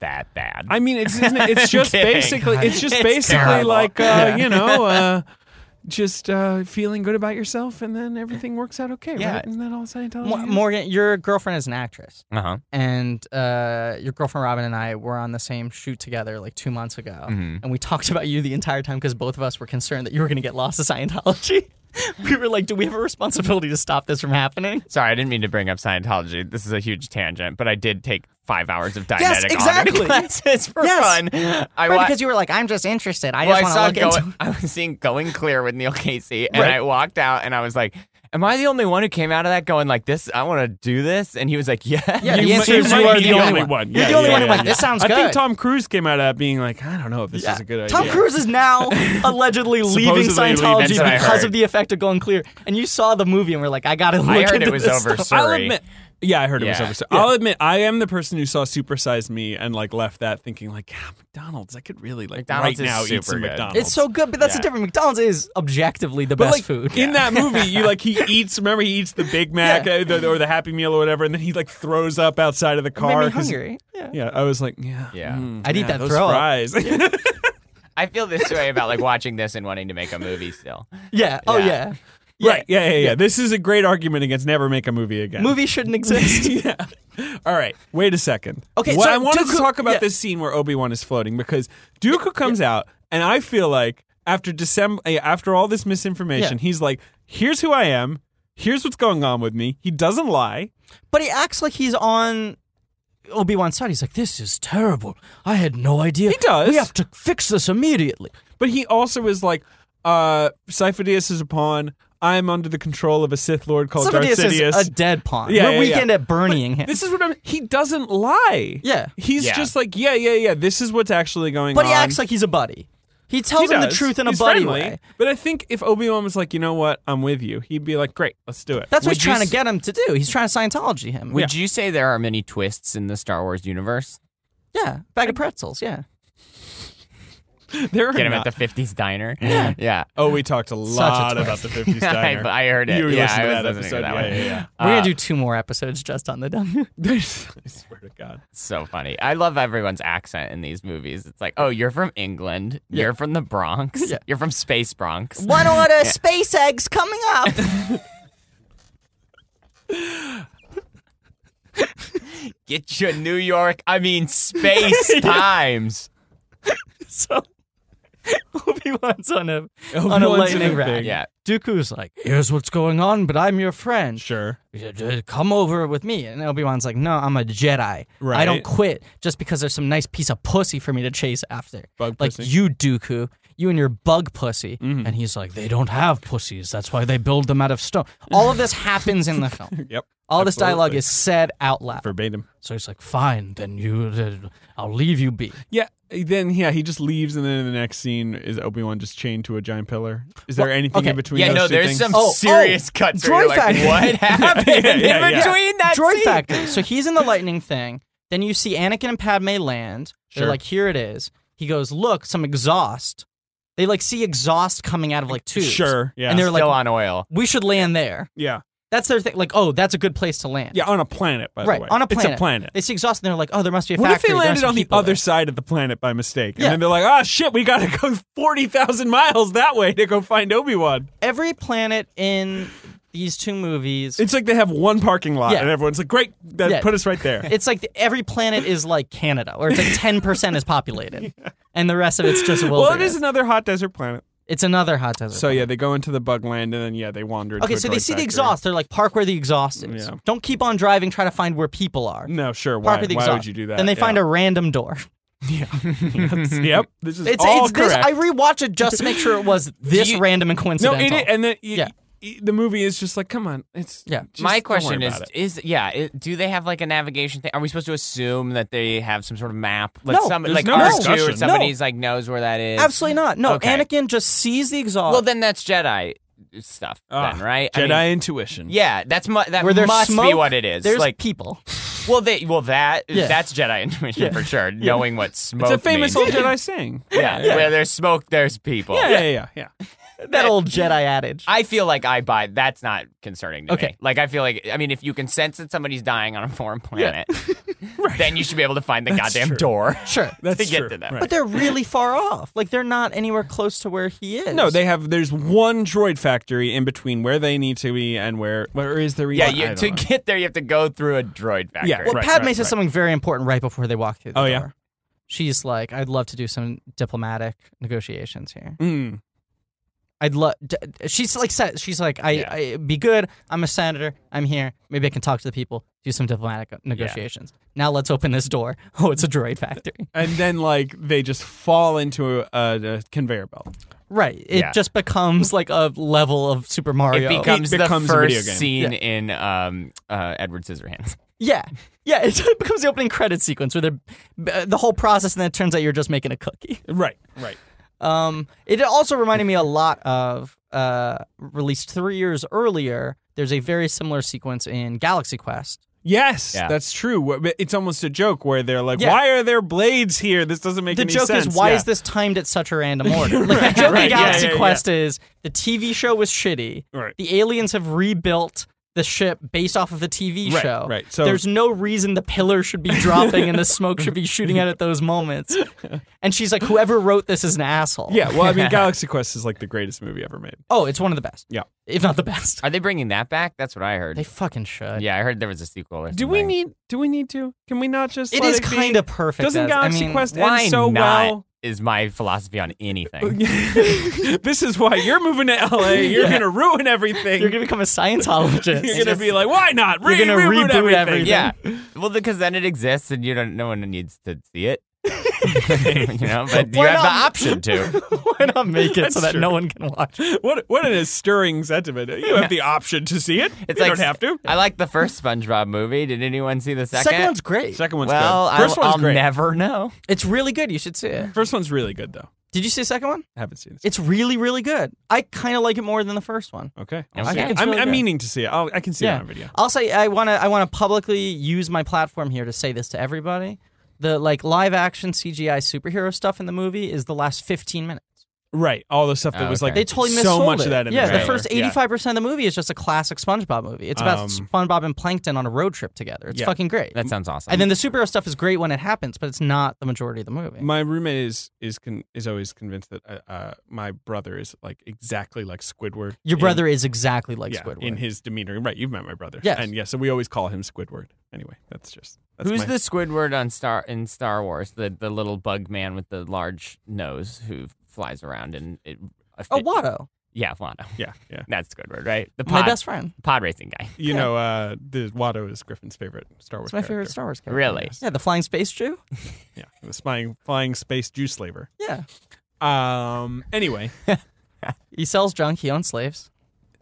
that bad.
I mean, it's isn't it- it's just
kidding.
basically it's just
It's
basically
terrible.
like uh, you know, uh, just uh, feeling good about yourself, and then everything works out okay,
Yeah.
right? Isn't that all Scientology?
Mo-
is?
Morgan, your girlfriend is an actress.
uh huh.
and uh, your girlfriend Robin and I were on the same shoot together like two months ago, and we talked about you the entire time because both of us were concerned that you were going to get lost to Scientology. we were like, "Do we have a responsibility to stop this from happening?"
Sorry, I didn't mean to bring up Scientology. This is a huge tangent, but I did take five hours of
Yes,
diabetic
exactly.
autonomy classes for
Yes.
fun. I
Right,
wa-
because you were like, "I'm just interested. I
well, I
just
saw
want to look
going,
into."
I was seeing Going Clear with Neil Casey, and
Right.
I walked out and I was like, "Am I the only one who came out of that going like this? I want to do this?" And he was like, "Yeah,
Yeah,
You
The
mi-
answer
you
is
might
you are
be
the only one.
one.
You're
Yeah,
the only
yeah,
one who
yeah,
went,
yeah.
"This sounds
I think
good."
Tom Cruise came out of that being like, I don't know if this
Yeah.
is a good
Tom
idea.
Cruise is now allegedly leaving
Supposedly leaving,
Scientology
that's what I
because
heard.
of the effect of Going Clear, and you saw the movie and were like, "I got to look
I heard
into
it was
this
over.
stuff."
I'll
Sorry.
admit, yeah, I heard it was
Yeah.
over. So I'll admit, I am the person who saw Supersize Me and like left that thinking like, "Ah, McDonald's. I could really like
McDonald's
right
is
now eat
super
some
good.
McDonald's.
It's so good, but that's
Yeah.
the difference. McDonald's is objectively the
But
best
like
food.
in that movie, you like he eats. Remember, he eats the Big Mac uh, the- or the Happy Meal or whatever, and then he like throws up outside of the
It made
car.
me
'cause-
hungry. Yeah.
Yeah, I was like, yeah, mm,
Yeah.
I'd eat
yeah,
that
those
throw up.
fries.
I feel this way about like watching this and wanting to make a movie still."
Yeah. Oh
Yeah.
yeah.
Right? Yeah, yeah, yeah, This is a great argument against never make a movie again.
Movie shouldn't exist.
yeah. All right. Wait a second.
Okay,
What
so
I wanted to
Dooku-
talk about
yeah.
this scene where Obi Wan is floating because Dooku comes out, and I feel like after December, eh, after all this misinformation,
Yeah.
he's like, "Here's who I am. Here's what's going on with me." He doesn't lie.
but he acts like he's on Obi Wan's side. He's like, "This is terrible. I had no idea. He
does.
We have to fix this immediately."
But he also is like, uh, Sifo-Dyas is a pawn. I'm under the control of a Sith Lord called Oh, Darth
Somebody
Sidious.
is a dead pawn.
Yeah,
We're
yeah, yeah.
weekend at burning him.
this is what I'm. He doesn't lie.
Yeah.
He's
Yeah.
just like, yeah, yeah, yeah. This is what's actually going
but
on.
he acts like he's a buddy. He tells
He
him the
does.
truth in a
He's
buddy
friendly.
way.
But I think if Obi Wan was like, you know what, I'm with you, he'd be like, great, let's do it.
That's what
Would
he's
you
trying
s-
to get him to do. He's trying to Scientology him.
Would you say there are many twists in the Star Wars universe?
yeah, bag of pretzels. Yeah.
There are
Get him
not-
at the 50s diner. Yeah. yeah.
Oh, we talked a lot
twist.
about the 50s
I,
diner.
I heard it.
You were
yeah,
listening
I
to
was
that
listening
episode.
to that
yeah,
one.
yeah, yeah.
We're
Uh,
gonna do two more episodes just on the dummy.
I swear to God.
So funny. I love everyone's accent in these movies. It's like, oh, you're from England. You're from the Bronx.
Yeah.
You're from Space Bronx.
One order
uh,
space eggs coming up.
Get your New York, I mean, space times.
So Obi Wan's on a on a
Obi-Wan's in
lightning
a
rag.
thing.
Yeah.
Dooku's like, "Here's what's going on, but I'm your friend.
Sure.
Yeah, d- Come over with me." And Obi Wan's like, "No, I'm a Jedi. I
Right.
don't quit just because there's some nice piece of pussy for me to chase after.
Bug
like
pussy. Mm-hmm.
you, Dooku." You and your bug pussy, and he's like, they don't have pussies. That's why they build them out of stone. All of this happens in the film.
Yep.
All this dialogue
Absolutely.
is said out loud.
verbatim.
So he's like, fine, then you, uh, I'll leave you be.
Yeah. Then yeah, he just leaves, and then in the next scene is Obi Wan just chained to a giant pillar. Is there anything
okay.
in between?
Yeah,
those
no,
two
there's
things?
some
Oh,
serious
oh,
cuts where
Droid
you're like,
Factory.
what happened
Yeah, yeah,
in
yeah.
between that
Droid
scene?
Factory. So he's in the lightning thing. Then you see Anakin and Padme land.
Sure.
They're like, here it is. He goes, look, some exhaust. They like see exhaust coming out of like tubes.
Sure. Yeah.
And they're
Still
like,
on oil.
we should land there.
yeah.
That's their thing. Like, oh, that's a good place to land.
Yeah. On a planet, by
Right,
the way.
on a
It's a
planet.
planet.
They see exhaust and they're like, oh, there must be a
What if
factory.
they
There must
landed
be
on the
people
other
there.
side of the planet by mistake?
Yeah.
And then they're like, ah, shit, we gotta go 40,000 miles that way to go find Obi Wan.
Every planet in these two movies,
It's like they have one parking lot,
Yeah.
and everyone's like, great, that
Yeah.
put us right there.
it's like the, every planet is like Canada, or it's like 10% is populated, and the rest of it's just
well,
wilderness.
it is another hot desert planet.
It's another hot desert.
So yeah, they go into the bug land and then yeah, they wander. into
Okay,
a
so
droid
they see the
factory.
exhaust. They're like, park where the exhaust is.
Yeah.
Don't keep on driving, try to find where people are.
No, sure.
Park
Why?
where the
Why
exhaust.
would you do that?
Then they
Yeah.
find a random door.
Yes. yep. This is
It's,
all
it's this.
correct.
I rewatch it just to make sure it was this
you-
random and
no,
coincidental.
it is, and then y-
Yeah.
y- the movie is just like, come on, it's
Yeah.
just
My
don't
question
worry
is:
about it.
Is yeah? i do they have like a navigation thing? Are we supposed to assume that they have some sort of map? Like
No,
some,
there's
like
no
R two or
discussion.
somebody's like knows where that is.
Absolutely not. No,
Okay.
Anakin just sees the exhaust.
Well, then that's Jedi stuff,
Uh, Ah,
then, right? I
Jedi
mean,
intuition.
yeah, that's mu- that
where there's
must
smoke,
be what it is.
There's
like,
people.
well, they, well, that
Yeah.
that's Jedi intuition for sure. Knowing what smoke.
It's a famous
means.
old Jedi saying.
yeah, where there's smoke, there's people.
Yeah, yeah, yeah, yeah.
That old Jedi adage.
I feel like I buy that's not concerning to
Okay.
me. Like I feel like I mean if you can sense that somebody's dying on a foreign planet, then you should be able to find the goddamn
true.
door.
sure.
That's
To get
true.
to that.
Right.
But they're really far off. Like they're not anywhere close to where he is.
No, they have. There's one droid factory in between where they need to be and where where is the reason? I
Yeah, you,
don't
to
know.
get there you have to go through a droid factory.
Yeah,
Well,
Right,
Padme
right,
says
right.
something very important right before they walk through the
Oh,
door.
yeah.
She's like, "I'd love to do some diplomatic negotiations here.
Mm.
I'd love." D- d- she's like, said, "She's like, I,
Yeah.
I be good. I'm a senator. I'm here. Maybe I can talk to the people. Do some diplomatic negotiations. Now let's open this door. Oh, it's a droid factory.
And then like they just fall into a, a conveyor belt.
right. It
Yeah.
just becomes like a level of Super Mario.
It becomes,
Oh, It becomes
the
a video
first
game.
scene in um, uh, Edward Scissorhands.
Yeah. Yeah, it becomes the opening credit sequence where they're, the whole process, and then it turns out you're just making a cookie.
Right, right.
Um, it also reminded me a lot of uh, released three years earlier. There's a very similar sequence in Galaxy Quest.
Yes,
Yeah.
that's true. Wh- but It's almost a joke where they're like,
Yeah.
"Why are there blades here? This doesn't make
The
any
joke
sense."
is why
Yeah.
is this timed at such a random order? Like the joke in
right, yeah,
Galaxy
yeah, yeah.
Quest is the TV show was shitty.
Right.
The aliens have rebuilt the ship based off of the TV
Right,
show.
right. So-
there's no reason the pillar should be dropping and the smoke should be shooting out at those moments. And she's like, whoever wrote this is an asshole.
Yeah, well, I mean, Galaxy Quest is like the greatest movie ever made.
Oh, it's one of the best.
Yeah.
If not the best.
Are they bringing that back? That's what I heard.
They fucking should.
yeah, I heard there was a sequel. Or
Do we
something.
need? Do we need to? Can we not just?
It
let
is
be?
kind of perfect.
Doesn't
as-
Galaxy
I mean,
Quest
Why
end so
not?
well?
Is my philosophy on anything?
this is why you're moving to LA. You're gonna ruin everything.
You're gonna become a Scientologist.
You're gonna be like, why not? Re-
You're gonna
reboot,
reboot
everything.
everything.
yeah. Well, because then it exists, and you don't. No one needs to see it. you know, but you
Why not?
have the option to.
why not make it so that
That's
no
true.
one can watch? it?
What what an stirring sentiment. You have the option to see it.
It's
you
like
don't have to.
I like the first SpongeBob movie. Did anyone see the second?
Second one's great.
Second one's
well,
good. First
I'll,
one's
I'll
great.
never know.
It's really good. You should see it.
First one's really good though.
Did you see the second one?
I haven't seen this.
It's really, really good. I kind of like it more than the first one.
okay.
I think
it's
I'm,
really
I'm
good.
meaning to see it. I'll, I can see it on video.
Also, I want to I want to publicly use my platform here to say this to everybody. The like live action CGI superhero stuff in the movie is the last 15 minutes.
Right. All the stuff that
Oh,
was
okay.
like
They totally missold
so much
it.
of that in
yeah,
the,
the first
trailer. Yeah.
85% of the movie is just a classic SpongeBob movie. It's about
Um,
SpongeBob and Plankton on a road trip together. It's
yeah.
fucking great.
That sounds awesome.
And then the superhero stuff is great when it happens, but it's not the majority of the movie.
My roommate is is con- is always convinced that uh, uh, my brother is like exactly like Squidward.
Your
in-
brother is exactly like
yeah,
Squidward.
in his demeanor. Right, you've met my brother.
Yes.
and yeah, so we always call him Squidward. Anyway, that's just that's
who's
my-
the Squidward on Star in Star Wars? The the little bug man with the large nose who flies around and it.
oh, Watto,
Yeah, Watto.
Yeah, yeah.
That's Squidward, right? The
my
pod,
best friend.
pod racing guy.
You know, uh, the Watto is Griffin's favorite Star Wars.
It's my favorite
character.
Star Wars character.
Really?
Yeah, the flying space Jew.
Yeah, the flying flying space Jew slaver.
Yeah,
Um. Anyway,
he sells junk. He owns slaves.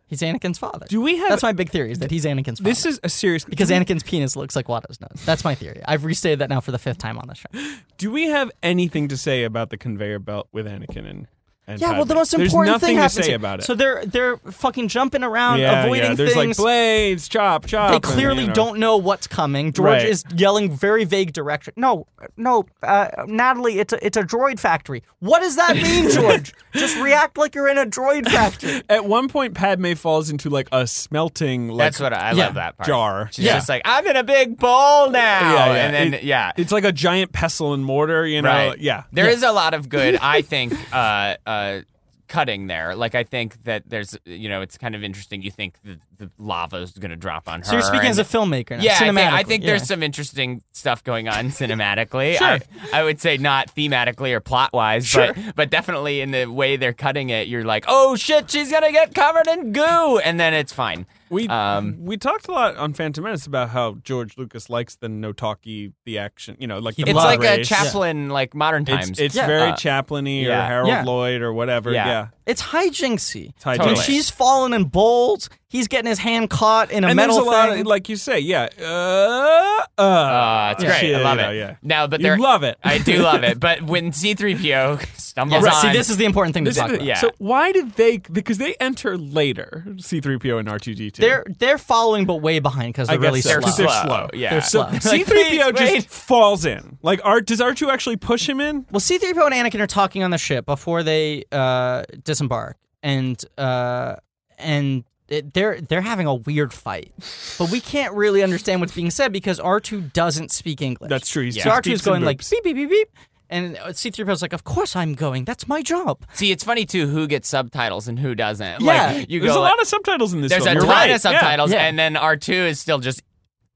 He's Anakin's father.
do we have
That's my big theory is that he's Anakin's father.
this is a serious
because
do we,
Anakin's penis looks like Watto's nose. That's my theory. I've restated that now for the fifth time on the show.
do we have anything to say about the conveyor belt with Anakin and? and
Yeah, well,
Padme?
the most
There's
important
nothing
thing
to
happens.
say
here.
about it.
So they're they're fucking jumping around,
yeah,
avoiding
yeah. There's like
things.
blades, chop, chop.
they
and,
clearly
you know.
don't know what's coming. George
Right.
is yelling very vague direction. No, no, uh, Natalie, it's a, it's a droid factory. What does that mean, George? Just react like you're in a droid factory.
At one point, Padme falls into like a smelting. Like,
That's what I, I
Yeah.
love that part.
Jar.
She's
Yeah.
just like, I'm in a big bowl now.
Yeah, yeah.
oh, And then,
It-
yeah.
It's like a giant pestle and mortar, you know?
Right.
Yeah.
There is a lot of good, I think, uh, uh, cutting there. Like, I think that there's, you know, it's kind of interesting. You think that the lava's gonna drop on her.
So you're speaking
and-
as a filmmaker now.
yeah, I think, I
cinematically,
think
yeah.
there's some interesting stuff going on cinematically.
Sure.
I, I would say not thematically or plot wise,
Sure.
but but definitely in the way they're cutting it, you're like, oh shit, she's gonna get covered in goo, and then it's fine.
We
Um,
we talked a lot on Phantom Menace about how George Lucas likes the no talkie, the action, you know, like the
It's
It's
blood
like
race.
a Chaplin, like modern times.
It's, it's
Yeah.
very
Uh,
Chaplin-y or
yeah.
Harold
Yeah.
Lloyd or whatever. Yeah.
Yeah.
It's hijinksy.
It's hijinksy.
When
Totally.
she's falling in bowls, he's getting his hand caught in a
And
metal
there's a lot
thing.
of, like you say, yeah. Uh, uh,
uh, it's great.
shit,
I love
you know,
it.
yeah.
Now, but
you
they're
love it.
I do love it. But when C3PO
yeah.
stumbles
Right.
on,
See, this is the important thing to
This is
talk
the-
about.
yeah.
So why did they? Because they enter later, C-3PO and R2D2.
They're they're following, but way behind because
I
they're really
guess so,
slow.
'cause They're slow.
Yeah.
They're
so
slow. Like,
C-3PO
please,
just
wait.
falls in. Like, Art does R2 actually push him in?
Well, C-3PO and Anakin are talking on the ship before they uh, disembark, and uh, and it, they're they're having a weird fight, but we can't really understand what's being said because R2 doesn't speak English.
That's true. He's
So
just
R2's
beeps and
going like
boops.
beep beep beep beep, and uh, C-3PO's like, "Of course I'm going. That's my job."
See, it's funny too who gets subtitles and who doesn't.
Yeah.
like, you go.
There's a
like-
lot of subtitles in this
there's
film.
a
You're
ton
right.
of subtitles,
Yeah.
and then R two is still just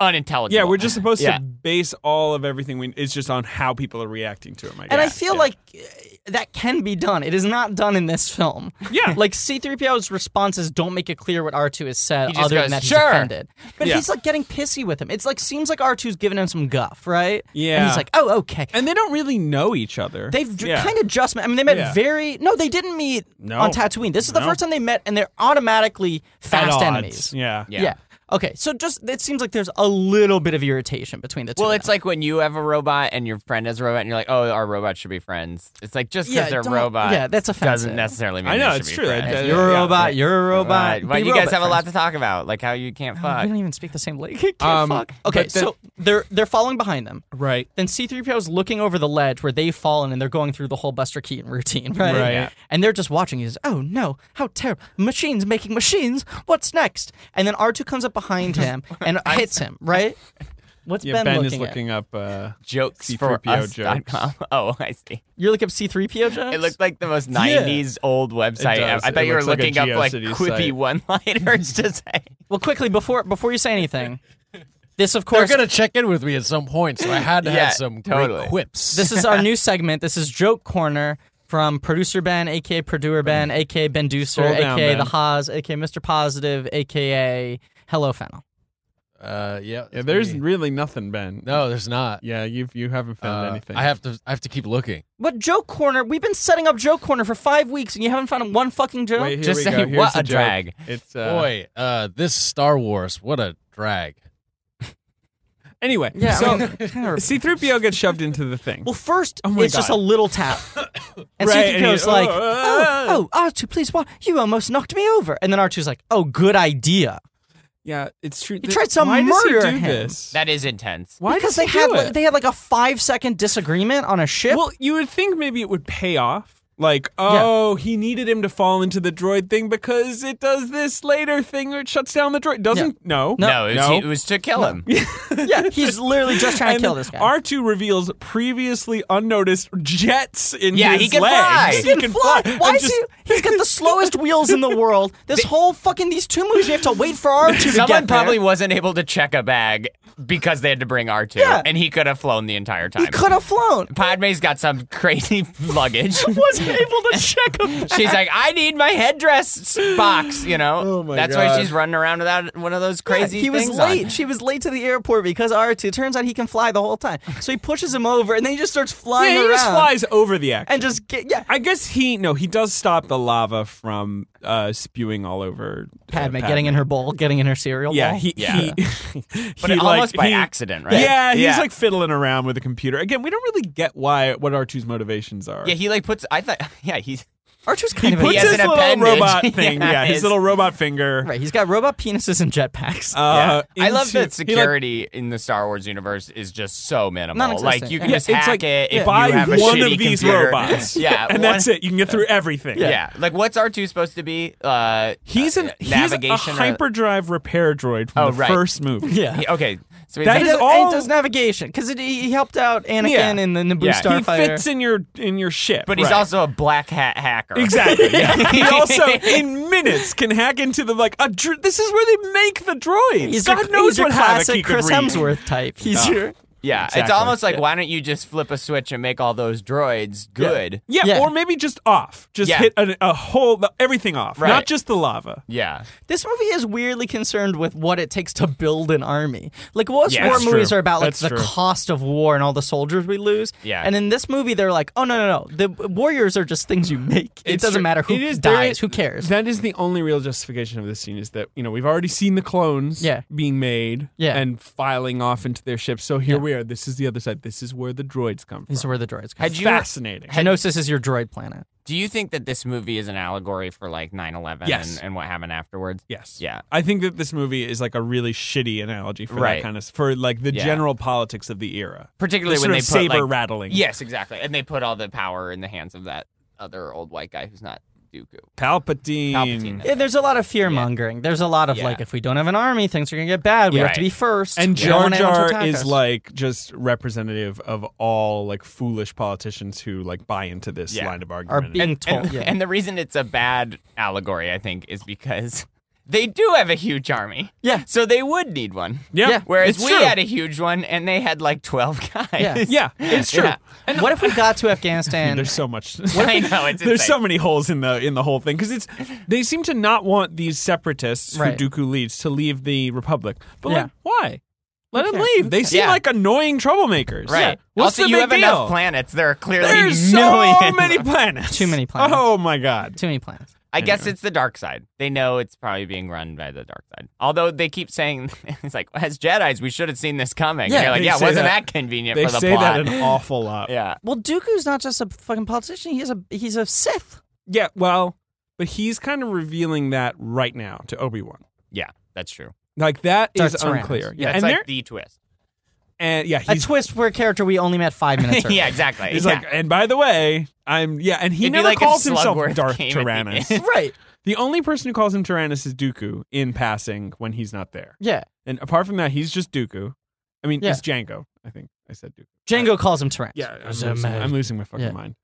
unintelligible.
Yeah. yeah, we're just supposed
Yeah.
to base all of everything. We, it's just on how people are reacting to him. I guess.
And I feel
Yeah.
like uh, that can be done. It is not done in this film.
Yeah.
Like C3PO's responses don't make it clear what R2 has said
He just
other than
goes,
that he's
"Sure."
offended. But
Yeah.
he's like getting pissy with him. It's like seems like R2's giving him some guff, right? And
Yeah.
he's like, "Oh, okay."
and they don't really know each other.
They've j-
Yeah.
kind of just met. I mean, they met
Yeah.
very. No, they didn't meet
No.
on Tatooine. This is the
No.
first time they met, and they're automatically
At
fast
odds.
enemies.
Yeah.
Yeah.
Okay, so just it seems like there's a little bit of irritation between the two.
Well,
of
it's
them.
like when you have a robot and your friend has a robot, and you're like, "Oh, our robots should be friends." It's like just because
Yeah,
they're
don't-
robot,
yeah, that's offensive.
doesn't necessarily mean
I know,
they should
it's
be
true.
friends.
That-
you're a
yeah,
robot. You're a robot.
Right. Why
be
do you guys
robot
have a
friends.
lot to talk about? Like how you can't
Oh,
fuck.
We don't even speak the same language. Can't
Um,
fuck. Okay,
but the-
so they're they're following behind them.
Right.
Then C-3PO is looking over the ledge where they've fallen, and they're going through the whole Buster Keaton routine, right?
Right. Yeah.
And they're just watching. He says, "Oh no, how terrible! Machines making machines. What's next?" And then R2 comes up behind him and hits him. Right? What's
Yeah. Ben,
looking,
is
at?
looking up. Uh,
Jokes for
C-3PO
us. dot com. Oh, I see.
You're looking up C-3PO jokes.
It looked like the most '90s old website.
does.
I thought
It
you were
looks like a
looking up like
GeoCities
quippy
site.
one-liners to say.
well, quickly before before you say anything, this of
They're
course
gonna check in with me at some point, so I had to
Yeah,
have some
totally.
great quips.
This is our new segment. This is Joke Corner from producer Ben, aka Purduer Ben, aka Ben Deucer,
Scroll down,
aka
Ben.
The Haas, aka Mr. Positive, aka Hello Fennel.
uh, yeah,
yeah.
that's
There's
me.
really nothing, Ben.
no, there's not.
Yeah. You've you haven't found
Uh,
anything.
I have to. I have to keep looking.
But Joke Corner, we've been setting up Joke Corner for five weeks and you haven't found one fucking joke?
Wait, here
Just
we
say,
go. Here's
what
the
a
joke.
drag.
It's uh,
Boy, uh, this Star Wars, what a drag.
Anyway,
yeah,
so
I mean, kinda-
C-3PO gets shoved into the thing.
well, first,
my
it's just a
God.
little tap. And
Right, and
C-3PO's
he-
like, oh,
oh,
oh, R2, please, what? You almost knocked me over. And then R2's like, oh, good idea.
yeah, it's true. He
tried to
Why does
murder
he do
him.
this?
That is intense.
Why
because
does he
they had
do
like,
it?
they had like a five second disagreement on a ship.
Well, you would think maybe it would pay off. Like, oh, he needed him to fall into the droid thing because it does this later thing or it shuts down the droid. Doesn't? No.
No, it was,
No.
it was to kill him.
yeah, he's literally just trying to
And
kill this guy.
R2 reveals previously unnoticed jets in
Yeah,
his
he can
legs.
fly. He
He can fly. Why
I'm
is
just-
he? He's got the slowest wheels in the world. This whole fucking these two movies, you have to wait for R two to
Someone
get there.
probably wasn't able to check a bag because they had to bring R2,
Yeah.
and he could have flown the entire time.
he could have flown.
Padme's got some crazy luggage.
Wasn't able to check him.
she's like, I need my headdress box, you know?
Oh my
That's
God.
why she's running around without one of those
Yeah,
crazy
he was
things on.
late. She was late to the airport because R two. Turns out he can fly the whole time. So he pushes him over, and then he just starts
Yeah,
flying
he
around
just flies over the action.
and just get yeah.
I guess he no, he does stop the lava from uh, spewing all over uh,
Padme, getting in her bowl, getting in her cereal
Yeah,
bowl.
he,
Yeah.
he,
But
he, like,
almost by
he-
accident, right?
Yeah, he's
yeah.
like fiddling around with a computer. Again, we don't really get why what R2's motivations are.
Yeah, he like puts. I thought. Yeah, he's.
R two's kind of
puts
a
has
his
an
little
appendage.
robot thing.
Yeah,
yeah, his
his-
little robot finger.
right. He's got robot penises and jetpacks.
Uh,
yeah. I love
into-
that
he, like,
security in the Star Wars universe is just so minimal.
Non-existent,
Like you
yeah.
can
Yeah,
just
it's
hack
like,
it if
buy
you have a
one
shitty
of these
computer.
robots.
yeah,
and
one-
that's it. You can get through everything.
Yeah. like what's R two supposed to be? Uh,
he's
uh,
an he's a
navigation. or-
hyperdrive repair droid from
Oh,
the
right.
first movie.
yeah.
He- okay, So he's
That
He
like,
is
does,
all-
and he does navigation because he helped out Anakin
Yeah.
in the Naboo
Yeah, he
he
Starfighter.
fits in your in your ship,
but he's
right.
also a black hat hacker.
Exactly. Yeah. he also, in minutes, can hack into the like. A dr- this is where they make the droids.
He's
God
a,
knows
he's
what
a
havoc
classic
he could
Chris
wreak.
Hemsworth type. He's your
Yeah, it's
Exactly.
almost like why don't you just flip a switch and make all those droids good?
Yeah,
Yeah.
or maybe just off. Just
Yeah.
hit a, a whole everything off,
Right.
not just the lava.
Yeah.
This movie is weirdly concerned with what it takes to build an army. Like most
Yeah,
war
that's
movies
true.
are about like
That's
the
true.
cost of war and all the soldiers we lose.
Yeah.
And in this movie, they're like, oh no no no, the warriors are just things you make. It
It's
doesn't
true.
matter who
It is- there
dies.
is-
who cares?
That is the only real justification of this scene is that you know we've already seen the clones
Yeah.
being made
Yeah.
and filing off into their ships. So here
Yeah.
we are. This is the other side. This is where the droids come from.
These are where the droids come.
Had
from.
you
Fascinating.
Geonosis is your droid planet.
do you think that this movie is an allegory for like 9/11
Yes.
and, and what happened afterwards?
Yes.
Yeah.
I think that this movie is like a really shitty analogy for that
Right.
kind of for like the
Yeah.
general politics of the era.
Particularly
The
when they put
sort of saber
like,
rattling.
Yes, exactly. And they put all the power in the hands of that other old white guy who's not Dooku.
Palpatine.
Palpatine.
Yeah, there's a lot of fear mongering. There's a lot of
Yeah.
like, if we don't have an army, things are gonna get bad. We
Yeah.
have to be first.
And
We don't
Jar
want anyone to
Jar
attack
is
us.
like just representative of all like foolish politicians who like buy into this
Yeah.
line of
are
argument.
being told.
And,
yeah.
and the reason it's a bad allegory, I think, is because they do have a huge army.
Yeah.
So they would need one.
yeah.
Yeah.
Whereas
It's
we
true.
had a huge one and they had like 12 guys.
Yeah.
Yeah, it's true.
Yeah.
what if we got to Afghanistan?
There's so much.
I know, it's
There's
insane.
so many holes in the in the whole thing because it's they seem to not want these separatists
Right.
who Dooku leads to leave the Republic. But
Yeah.
like, why? Let them
cares?
leave. They seem
Yeah.
like annoying troublemakers.
Right.
Yeah. What's
also,
the
you
big
have
deal?
enough planets. There are clearly
There's
millions.
so many planets.
Too many planets.
Oh my god.
Too many planets.
I guess it's the dark side. They know it's probably being run by the dark side. Although they keep saying, it's like, as Jedi's, we should have seen this coming.
Yeah,
and you're like,
they
yeah,
say
wasn't
that.
that, convenient
They
for the
say
plot?
that an awful lot.
yeah.
Well, Dooku's not just a fucking politician. He's a he's a Sith.
Yeah, well, but he's kind of revealing that right now to Obi Wan.
Yeah, that's true.
Like that is
Darth Tyrannus.
unclear.
Yeah,
Yeah,
it's
and
like
there-
the twist.
and yeah,
A
he's,
twist for a character we only met five minutes earlier.
yeah, exactly.
he's
yeah.
like, and by the way, I'm yeah, and he
It'd be
never
like if
calls himself
Slugworth
Darth
came at the
Tyrannus.
end.
Right.
the only person who calls him Tyrannus is Dooku in passing when he's not there.
Yeah.
And apart from that, he's just Dooku. I mean,
Yeah.
it's Django. I think I said Dooku.
Django calls him Tyrannus.
Yeah, I'm,
There's a
losing,
man.
I'm losing my fucking
Yeah.
mind.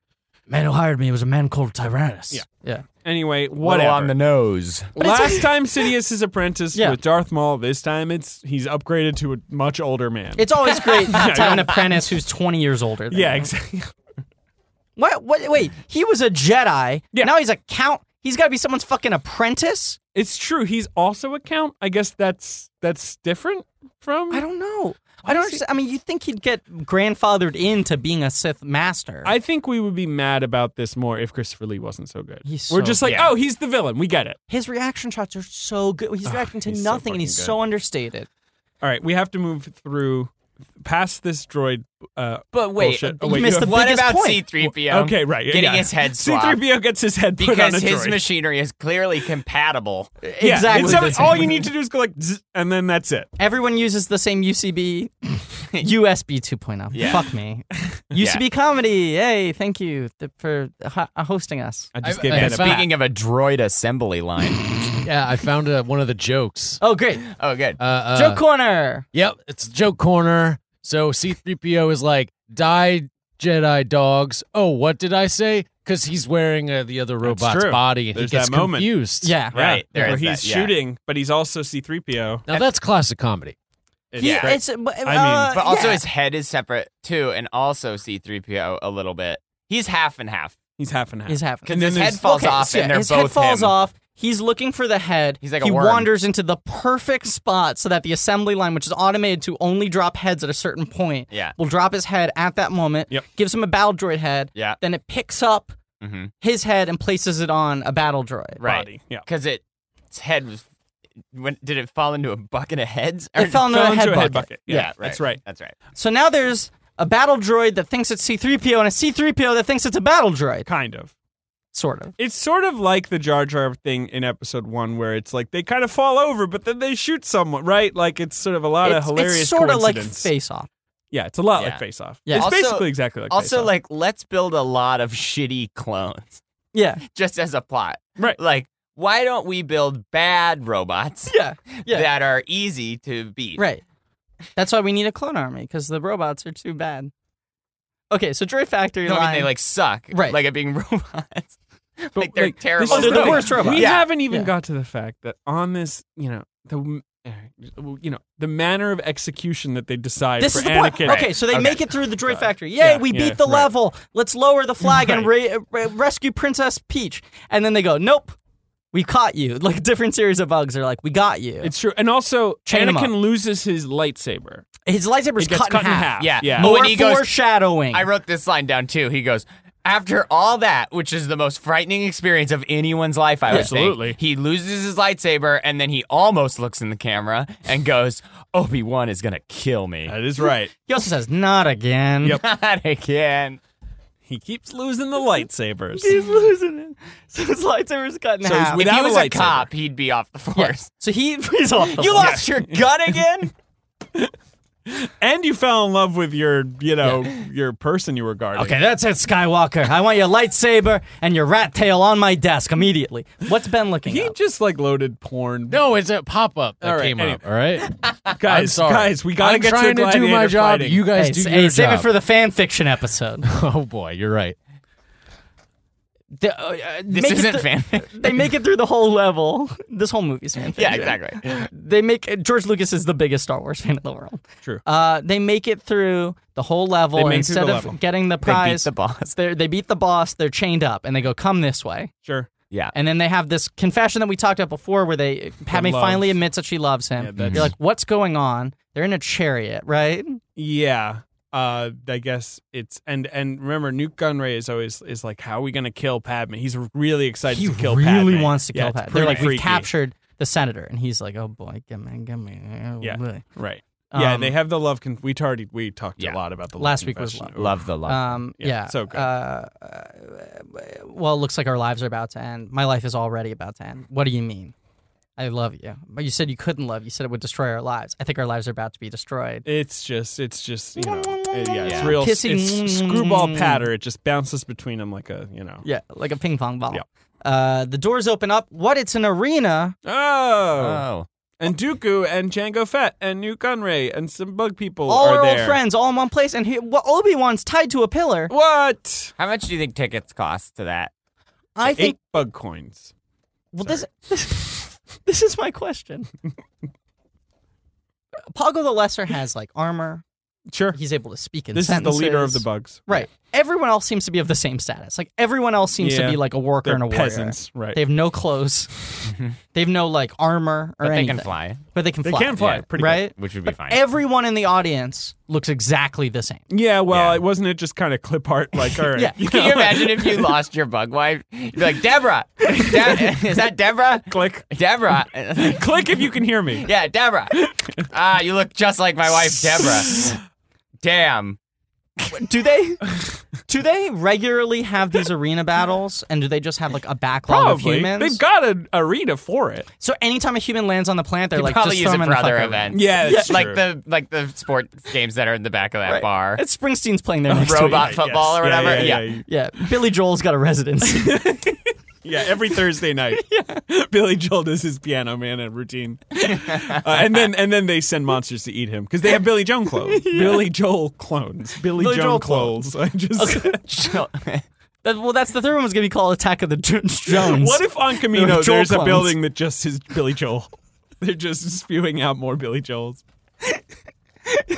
man who hired me was a man called Tyrannus.
Yeah.
Yeah.
Anyway, whatever.
nose.
it's-
Last time Sidious is apprentice
Yeah.
with Darth Maul. This time it's he's upgraded to a much older man.
It's always great to
Yeah,
have an apprentice who's 20 years older. Than
yeah,
you.
exactly.
What, what? Wait, he was a Jedi.
Yeah.
Now he's a count. He's got to be someone's fucking apprentice?
It's true. He's also a count. I guess that's that's different from.
I don't know. I don't
is he-
understand. I mean, you'd think he'd get grandfathered into being a Sith master.
I think we would be mad about this more if Christopher Lee wasn't so good.
He's
We're
so
just like,
good.
oh, he's the villain. We get it.
His reaction shots are so good. He's reacting to
he's so
nothing and he's
fucking good.
so understated.
All right, we have to move through past this droid. Uh,
But wait,
bullshit.
you missed
have-
the
what
biggest
about
point.
C-3PO?
Okay, right.
Getting
yeah.
his head swapped.
C-3PO gets his head put on
Because
a
his
droid.
machinery is clearly compatible.
Yeah,
exactly.
it's- all you need to do is go like, zzz, and then that's it.
Everyone uses the same UCB, USB 2.0.
Yeah.
oh. Fuck me. UCB comedy. Hey, thank you th- for ho- uh, hosting us.
I just
I-
gave
I-
that a
Speak-
pat.
Speaking of a droid assembly line.
Yeah, I found uh, one of the jokes.
Oh, great.
oh, good.
Uh, uh,
Joke corner.
Yep, it's joke corner. So C3PO is like, die Jedi dogs. Oh, what did I say? Because he's wearing uh, the other
That's
robot's
true.
body and
There's
he gets
that moment.
confused.
Yeah.
Yeah,
Right, there
where
is
he's
that, yeah.
shooting, but he's also C-3PO.
Now that's classic comedy.
It's
He-
great.
it's, uh, but,
I mean-
uh,
But also
yeah.
his head is separate too, and also C-3PO a little bit. He's half and half.
he's half and half.
He's having
Because
then
his head
there's-
falls
Okay,
off
so yeah,
and they're
his
both
head falls
him.
off. He's looking for the head.
He's like a
he
worm.
wanders into the perfect spot so that the assembly line, which is automated to only drop heads at a certain point,
Yeah.
will drop his head at that moment.
Yep.
Gives him a battle droid head.
Yeah.
Then it picks up
Mhm.
his head and places it on a battle droid.
Right.
body. Yeah.
Because it its head was when did it fall into a bucket of heads? Or-
It fell into
Fell
a
into
head
a
bucket.
head bucket.
yeah,
Yeah, that's right.
That's right.
So now there's a battle droid that thinks it's C3PO and a C3PO that thinks it's a battle droid.
Kind of.
Sort of.
It's sort of like the Jar Jar thing in episode one, where it's like they kind of fall over, but then they shoot someone, right? Like it's sort of a lot of
It's,
hilarious
it's sort of like
coincidence.
face off.
Yeah, it's a lot
Yeah.
like Face Off.
Yeah.
it's
Also-
basically exactly like
also,
Face Off.
like, let's build a lot of shitty clones
Yeah.
just as a plot.
Right.
Like, why don't we build bad robots
Yeah. Yeah.
that are easy to beat?
Right. That's why we need a clone army because the robots are too bad. Okay, so Droid Factory
No, I
line.
mean, they like suck,
Right.
like at being robots. like they're
like, this
terrible.
is
they're the
thing.
worst robots.
We
Yeah.
haven't even
Yeah.
got to the fact that on this, you know, the eh, you know the manner of execution that they decide
this
for
is the point.
Anakin.
Okay, so they
Okay.
make it through the droid factory. Yay,
Yeah,
we
yeah,
beat the
right.
level. Let's lower the flag and re- re- rescue Princess Peach. And then they go, nope, we caught you. Like different series of bugs are like, we got you.
It's true, and also
Chain 'em
Anakin loses his lightsaber.
His lightsaber's
It gets
cut, in half.
Yeah.
yeah.
Oh,
More
and he goes-
foreshadowing.
I wrote this line down too. He goes, after all that, which is the most frightening experience of anyone's life, I would
Absolutely.
think, he loses his lightsaber and then he almost looks in the camera and goes, Obi Wan is gonna kill me.
That is right.
he also says, not again.
Yep.
Not again.
he keeps losing the lightsabers.
He's losing it. So his lightsaber's cut in
So he's
half.
with-
if
Without
he
a
was a,
lightsaber.
cop, he'd be off the force.
so he, he's off the
You
list.
lost your gun again?
and you fell in love with your, you know, your person you were guarding.
Okay, that's it, Skywalker. I want your lightsaber and your rat tail on my desk immediately. What's Ben looking
He
up?
just like loaded porn.
No, it's a pop up that
All right,
came
anyway.
up. All right,
guys,
I'm sorry.
guys, we gotta
I'm
get to
trying to, do my
gladiator
job.
fighting.
You guys
Hey,
do
s-
your
hey, save
job.
it for the fan fiction episode.
oh boy, you're right.
The- uh, uh,
This
make it
isn't
th-
fanfic.
They make it through the whole level. This whole movie's fan
Yeah,
fiction.
exactly.
They make uh, George Lucas is the biggest Star Wars fan in the world.
True.
Uh, they make it through the whole level
They make it through
instead
the
of
level.
getting the
They beat
prize.
the boss.
they're- they beat the boss. They're chained up, and they go, "Come this way."
Sure.
Yeah.
And then they have this confession that we talked about before where they Padme
love.
finally admits that she loves
Yeah,
him.
that's-
You're like, what's going on? They're in a chariot, right?
Yeah. Uh, I guess it's and and remember, Nuke Gunray is always is like, how are we gonna kill Padme? He's really excited
he
to kill Padme.
really wants to kill
yeah, it's
Padme. They're like,
pretty
we've
freaky.
captured the senator. And he's like, oh boy, give me, give me. oh,
Yeah.
boy."
Right. yeah.
Um,
They have the love. Conf- we already we talked a
Yeah.
lot about the love
Last week was
confession.
Love the love.
Um, yeah.
Yeah, so good.
Uh, uh, well, it looks like our lives are about to end. My life is already about to end. What do you mean? I love you. But you said you couldn't love. You said it would destroy our lives. I think our lives are about to be destroyed.
It's just, it's just, you know, it- yeah, it's
Yeah.
real.
Kissing.
It's screwball patter. It just bounces between them like a, you know.
Yeah, like a ping pong ball.
Yeah.
Uh, the doors open up. What? It's an arena.
Oh,
oh.
and Dooku and Jango Fett and Nuke Gunray and some bug people
all
are
our
there.
old friends all in one place, and he, well, Obi Wan's tied to a pillar.
What?
How much do you think tickets cost to that?
I
Eight
think.
bug coins.
Well, this, this this is my question. Pago the Lesser has like armor.
Sure.
He's able to speak in
This
sentences.
is the leader of the bugs.
Right. Everyone else seems to be of the same status. Like everyone else seems to
Yeah.
be like a worker
They're
and a warrior.
peasants. Right.
They have no clothes. they have no like armor or
But they
anything.
can fly,
But they can
They
fly.
can fly.
Yeah.
Pretty
right.
which would be
But
fine.
everyone in the audience looks exactly the same.
good. Yeah. Well,
Yeah.
it wasn't it just kind of clip art like all right.
Yeah.
you
Can
know,
you imagine if you lost your bug wife? You'd be like, Deborah, De- is that Deborah?
Click.
Deborah.
Click if you can hear me.
yeah, Deborah. Ah, you look just like my wife, Deborah. Damn.
do they do they regularly have these arena battles and do they just have like a backlog of
Probably.
humans
They've got an arena for it.
so anytime a human lands on the planet they're
They
like
probably
just
use
throw
it
'em in
for
the
other
fucking
events.
Yeah, that's
like
true.
the like the sports games that are in the back of that
arena.
bar.
Right. it's springsteen's playing there next
Robot
week.
football
yes.
or
Yeah,
whatever.
yeah, yeah.
yeah.
yeah billy joel's got a residency
Yeah, every Thursday night. Billy Joel does his piano man and routine, uh, and then and then they send monsters to eat him because they have Billy Joel clones. Billy Joel clones. Billy,
Billy Joel
Joel clones. I just.
That- well that's the third one was gonna be called attack of the Jo- jones
What if on Camino
Joel
there's a
clones.
building that just is Billy Joel? They're just spewing out more Billy Joels.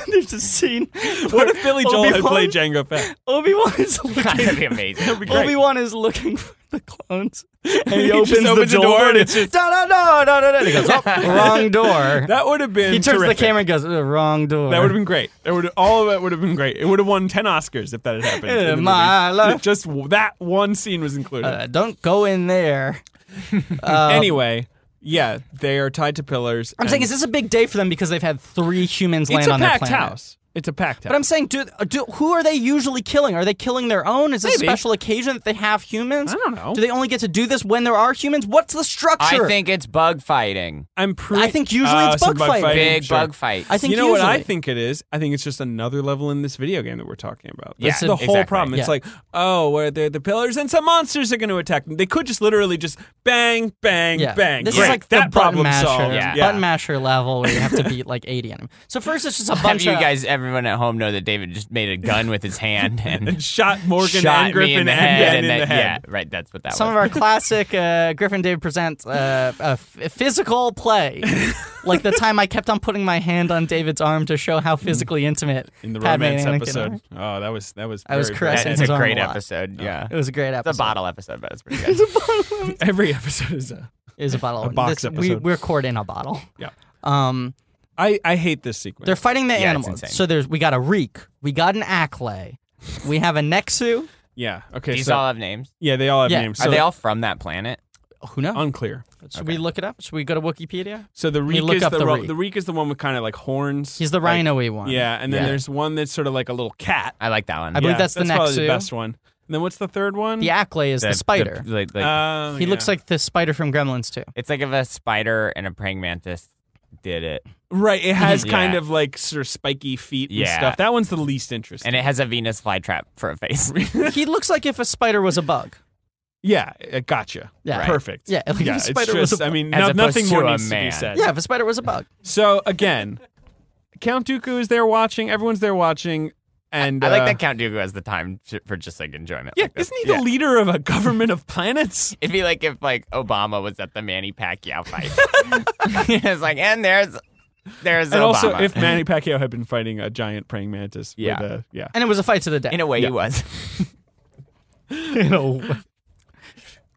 there's a scene
What if Billy Joel had
Obi-Wan?
played Django Fett?
obi-wan is
That'd
looking
be amazing.
That'd be great.
obi-wan is looking for the clones and he,
He
opens,
just opens
the
the
door,
door and
it's just no no no no no no he goes oh, wrong door
That would have been.
he turns to the
terrific.
camera and goes "Uh, wrong door
That would have been great. That would all of it would have been great. It would have won ten Oscars if that had happened. in the movie.
my life.
Just w- that one scene was included.
Uh, don't go in there. Uh,
anyway, yeah, they are tied to pillars.
I'm
and
saying, is this a big day for them because they've had three humans
it's
land
a
on their
packed
planet?
house? It's a pack test.
But I'm saying, do, do who are they usually killing? Are they killing their own? Is it a
Maybe.
special occasion that they have humans?
I don't know.
Do they only get to do this when there are humans? What's the structure?
I think it's bug fighting.
I'm pretty.
I think usually it's
some
bug fighting.
Big
sure.
bug fight.
I think
you know what I
usually.
think it is? I think it's just another level in this video game that we're talking about. That's
Yeah,
the whole
exactly.
problem. It's
Yeah.
like, oh, where they're the pillars and some monsters are going to attack them. They could just literally just bang, bang,
Yeah.
bang.
This
Great.
is like
that
the button
problem
masher,
solved.
Yeah.
button masher level where you have to beat like 80 enemies. So first it's just a
Have
bunch uh,
you
of
guys, everyone at home, know that David just made a gun with his hand and
Shot Morgan
shot
and
me
Griffin
in the
and
head,
Ben
and
in
then
the
yeah,
head.
right. That's what that
some
was.
of our classic uh, Griffin Dave present uh, uh, f- physical play, like the time I kept on putting my hand on David's arm to show how physically intimate
Mm. In the
Padme
romance
and Anakin
episode.
are.
Oh, that was that was.
I was
very
caressing
That
bad.
is
It's
a
on
great
a lot.
episode. Yeah,
It was a great
it's a
episode.
bottle episode, but it's pretty good.
Every episode is a.
It was a bottle.
A box
We,
episode.
we're caught in a bottle.
Yeah.
Um,
I I hate this sequence.
they're fighting the
it's
animals.
insane.
So there's we got a reek, we got an acklay, we have a nexu.
yeah. Okay.
These
so
all have names.
yeah, they all have
Yeah.
names.
Are
So
they all from that planet?
Who knows?
unclear.
Should we look it up? Should we go to Wikipedia?
So the
me
reek
look
is
up
the,
the
ro-
reek.
the reek is the one with kind of like horns.
He's the
like-
rhino-y one.
Yeah, and then
Yeah.
there's one that's sort of like a little cat.
I like that one.
I believe
Yeah,
that's the
probably the
Nexu.
best one. And then what's the third one?
The acklay is the, spider.
the- like- like-
Oh,
he
yeah.
looks like the spider from Gremlins too.
it's like if a spider and a praying mantis did it,
right. It has
Mhm.
kind
Yeah.
of like sort of spiky feet and
Yeah.
stuff. That one's the least interesting.
and it has a Venus flytrap for a face.
he looks like if a spider was a bug.
yeah, uh, gotcha.
Yeah. Right.
perfect.
Yeah, like if a
it's
spider was
just.
a-
I mean,
As
no-
opposed
nothing more
to a
needs to be
man.
said.
Yeah, if a spider was a bug.
So again, Count Dooku is there watching. Everyone's there watching, and
I
uh,
like that Count Dooku has the time to- for just like enjoyment.
Yeah,
like this.
isn't he the
Yeah.
leader of a government of planets?
It'd be like if like Obama was at the Manny Pacquiao fight. it's like, and there's there's
And
Obama.
also, if Manny Pacquiao had been fighting a giant praying mantis,
Yeah.
with a, yeah,
And it was a fight to the death.
in a way he was.
You know,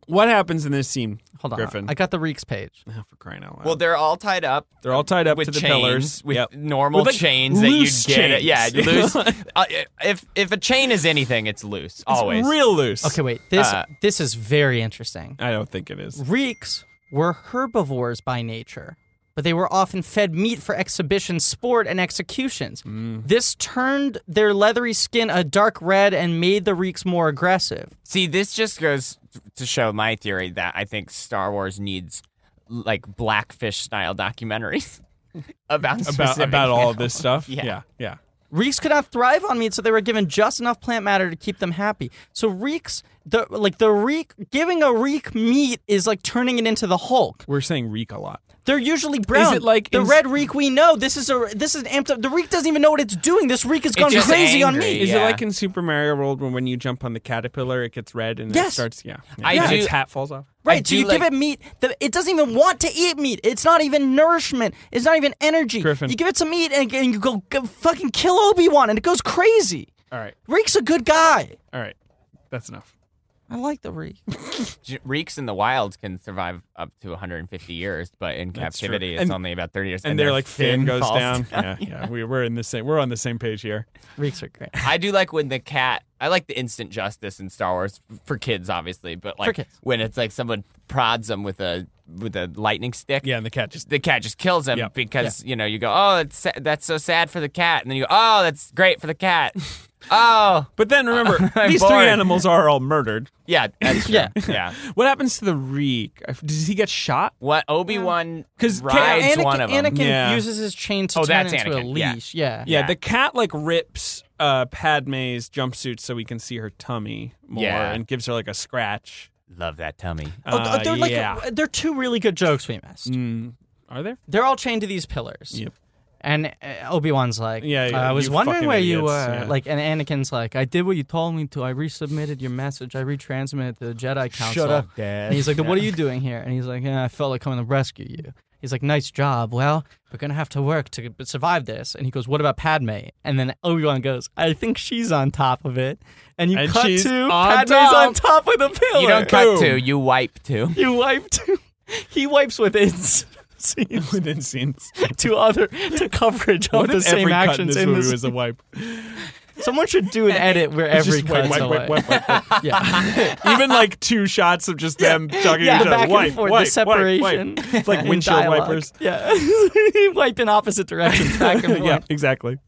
what happens in this scene?
hold on.
Griffin.
I got the reeks page.
Oh, for crying out loud!
well, they're all tied up
they're all tied up
with
to the
chains,
pillars
with
Yep.
normal
With, like,
chains that you'd
loose
get.
chains.
Yeah, loose. uh, if if a chain is anything, it's loose always.
real loose.
Okay, wait. This
Uh,
this is very interesting.
I don't think it is.
Reeks were herbivores by nature, but they were often fed meat for exhibition, sport, and executions. This turned their leathery skin a dark red and made the reeks more aggressive.
See, this just goes to show my theory that I think Star Wars needs like blackfish style documentaries about
About
specific
about all of this stuff.
Yeah.
yeah, yeah.
Reeks could not thrive on meat, so they were given just enough plant matter to keep them happy. So reeks, the like the reek, giving a reek meat is like turning it into the Hulk.
We're saying reek a lot.
They're usually brown.
it like
the
ins-
red reek we know? This is a this is an amped up. The reek doesn't even know what it's doing. This reek has gone
just
crazy on
angry.
me.
Is it
Yeah.
like in Super Mario World when when you jump on the caterpillar, it gets red and it
Yes.
starts? Yeah,
I
yeah.
do-
Its hat falls off.
Right. So
do
you give it
like-
meat that it doesn't even want to eat meat. It's not even nourishment. It's not even energy.
Griffin.
You give it some meat and, and you go, go fucking kill Obi Wan, and it goes crazy.
All right,
Reek's a good guy.
all right. That's enough.
I like the reek.
J- reeks in the wild can survive up to 150 years, but in
true.
captivity, it's
And-
only about 30 years.
And, they're
their
like fin goes
falls
down. Yeah, yeah. We, we're in the same. We're on the same page here.
Reeks are great.
I do like when the cat. I like the instant justice in Star Wars for kids, obviously, but like
kids.
when it's like someone prods them with a with a lightning stick.
Yeah, and the cat just
The cat just kills him
Yeah.
because you know you go, oh, it's sa- that's so sad for the cat, and then you go, oh, that's great for the cat. oh,
But then remember, these three
bored.
animals are all murdered.
yeah, that's true.
Yeah.
yeah.
What happens to the reek? I- Does he get shot?
What Obi Wan
'Cause
rides
cat-
Anakin,
one of them.
Anakin
Yeah.
uses his chain to
Oh,
turn
that's
it into a
Anakin, yeah.
leash. Yeah.
Yeah,
Yeah.
the cat like rips uh, Padme's jumpsuit so we can see her tummy more
Yeah.
and gives her like a scratch.
Love that tummy.
Oh,
Uh,
they're like
yeah.
they're two really good jokes we missed.
Are there?
They're all chained to these pillars.
Yep.
And uh, Obi Wan's like,
Yeah, yeah,
I was
you
wondering
fucking
where you
idiots,
were.
yeah.
Like, and Anakin's like, I did what you told me to. I resubmitted your message. I retransmitted to the Jedi Council.
up,
Dad. And he's like, then what are you doing here? And he's like, yeah, I felt like coming to rescue you. He's like, nice job. Well, we're gonna have to work to survive this. And he goes, what about Padme? And then Obi Wan goes, I think she's on top of it. And you
And
cut
she's
to
on
Padme's
top.
on top of the pillar.
You don't cut
Boom.
two, you wipe two.
You wipe two. He wipes with ins. scenes
Within scenes.
to other to coverage of
What
the
if
same
every cut in
actions
this
in
movie
this
was a wipe?
Someone should do an edit where every
Just wipe,
cut's
wipe,
away.
wipe, wipe, wipe, wipe.
Yeah.
Even like two shots of just them talking
Yeah,
to each other.
back
wipe,
and forth,
wipe,
the
wipe, wipe.
separation.
It's like
and
windshield
dialogue.
wipers.
Yeah. Wipe in opposite directions, back and forth.
yeah, exactly.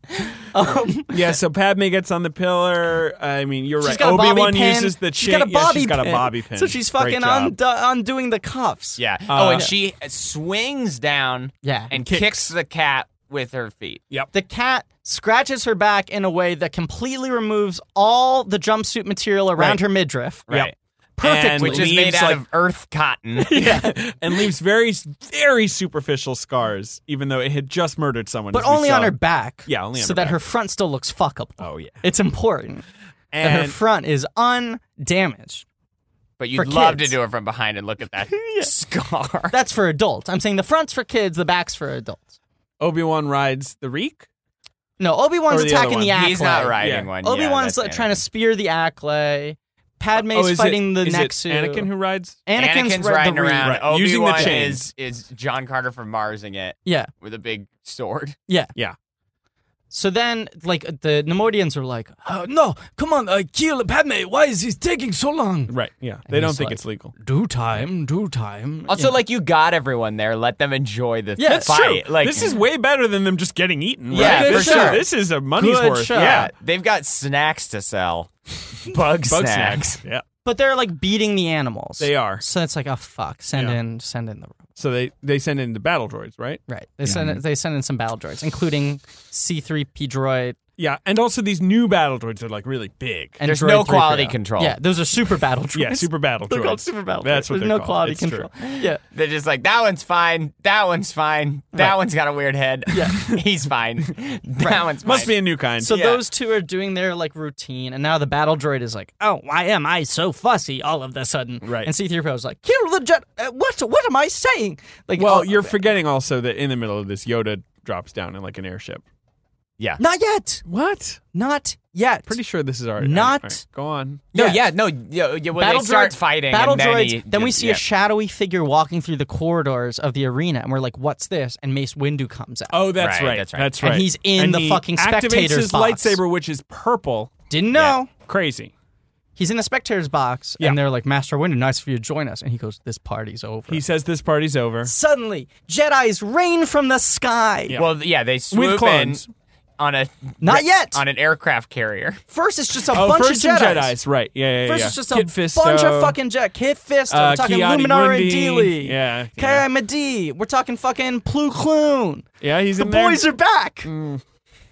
Um,
Yeah, so Padme gets on the pillar. I mean, you're
she's
right.
got a
Obi
bobby
Wan
pin.
uses the
she's
chain.
got a bobby
yeah, she's
pin.
got a bobby pin.
So she's
Great
fucking
job.
undo- undoing the cuffs.
Yeah.
Uh,
oh, and
yeah.
she swings down
Yeah.
and
Kicks.
kicks. the cat with her feet.
the cat scratches her back in a way that completely removes all the jumpsuit material around
Right.
her midriff.
Yep.
Right.
Perfect.
And which is made
leaves,
out
like-
of earth cotton.
Yeah, and leaves very, very superficial scars, even though it had just murdered someone.
But
as we
only on
saw.
her back.
Yeah, only on
So
her
that
back.
her front still looks fuckable.
Oh yeah,
It's important that her
and
front is undamaged.
But
For
you'd love
kids.
to do it from behind and look at that scar.
That's for adults. I'm saying the front's for kids, the back's for adults.
Obi Wan rides the reek.
No, Obi Wan's
Or the other
attacking
one.
the Acklay.
He's not riding
Yeah.
one.
Obi Wan's
yeah,
like, trying to spear the Acklay. Padme's
oh, is
fighting
it,
the
is
Nexu.
It Anakin who rides.
Anakin's,
Anakin's,
red- the
riding
ring.
around.
Right. Using the
Obi-Wan
chain.
is is John Carter from Marsing it
Yeah.
with a big sword.
So then, like the Nemoidians are like, oh, "No, come on, uh, kill Padme. Why is this taking so long?
Right. Yeah. They don't
he's
think
like-
it's legal.
Do time, do time."
Also,
Yeah.
like you got everyone there, let them enjoy the
Yeah, it's
fight. Like
this is way better than them just getting eaten. Right?
Yeah,
Good
for
show.
sure. This is a money's
Good
worth.
show.
Yeah.
uh, they've got snacks to sell. Bug,
Bug
snacks.
snacks. Yeah.
but they're like beating the animals.
They are.
So it's like, oh fuck, send
Yeah.
in, send in the
So they they send in the battle droids, right?
right. They send in, they send in some battle droids, including C3P droid
Yeah. And also these new battle droids are like really big.
and
There's
droid
no quality
3PO.
control.
Yeah, those are super battle droids.
yeah. Super battle
They're
droids.
called super battle.
That's
droids.
what
There's
they're
no
called.
quality
It's true.
control. Yeah.
They're just like that one's fine. That one's fine. That
Right.
one's got a weird head.
Yeah.
he's fine. That one's
Must
fine.
be a new kind.
So
Yeah.
those two are doing their like routine, and now the battle droid is like, "Oh, why am I so fussy all of a sudden?"
Right.
And C-3PO is like, "Kill the jet. Uh, what? What am I saying?" Like,
well,
oh,
you're forgetting also that in the middle of this, Yoda drops down in like an airship.
not yet,
What?
not yet.
Pretty sure this is already
Not-
all right, go on.
No,
Yeah.
yeah, no. Yeah, yeah, when they start fighting,
Battle
and then
droids.
he
then we
just-
see
yeah.
a shadowy figure walking through the corridors of the arena, and we're like, "What's this?" And Mace Windu comes out.
Oh, that's
Right,
right.
that's right.
That's right.
And he's in
And
the
he
fucking
activates
spectators
his
box.
lightsaber, which is purple.
Didn't know.
Crazy.
He's in the spectators box,
Yeah.
and they're like, "Master Windu, nice of you to join us." And he goes, "This party's over."
He says this party's over.
Suddenly, Jedi's rain from the sky.
Yeah.
Well, yeah, they swoop
clones.
in on a
Not yet.
on an aircraft carrier.
First, it's just a
Oh,
bunch
first
of
some
Jedi's.
Jedi's, right? Yeah, yeah, yeah.
First,
yeah.
it's just a
Kit Fisto,
bunch of fucking Jedi. Kid Fisto.
uh,
we're talking
Ki-Adi
Luminara
Mundi.
and Dealey.
Yeah, yeah.
Kai Madi. We're talking fucking Plu Kloon.
yeah. He's
The
in there.
boys are back. The boys.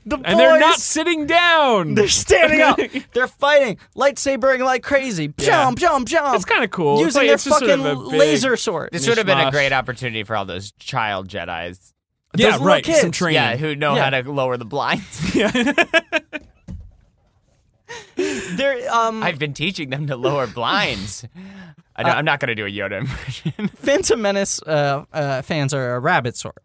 Mm. and they're not sitting down.
They're standing up. They're fighting, lightsabering like crazy.
Yeah.
Pjom, pjom, pjom.
It's kinda cool. It's
Using
like-
their
it's just
fucking
sort of a big-
laser sword.
This would have been a
Mishmash.
great opportunity for all those child Jedi's.
yeah,
little
right. Some
kids.
training.
Yeah, who know
Yeah.
how to lower the blinds.
They're, um,
I've been teaching them to lower blinds. I
Uh,
don't, I'm not going to do a Yoda impression.
Phantom Menace uh, uh, fans are a rabbit sort,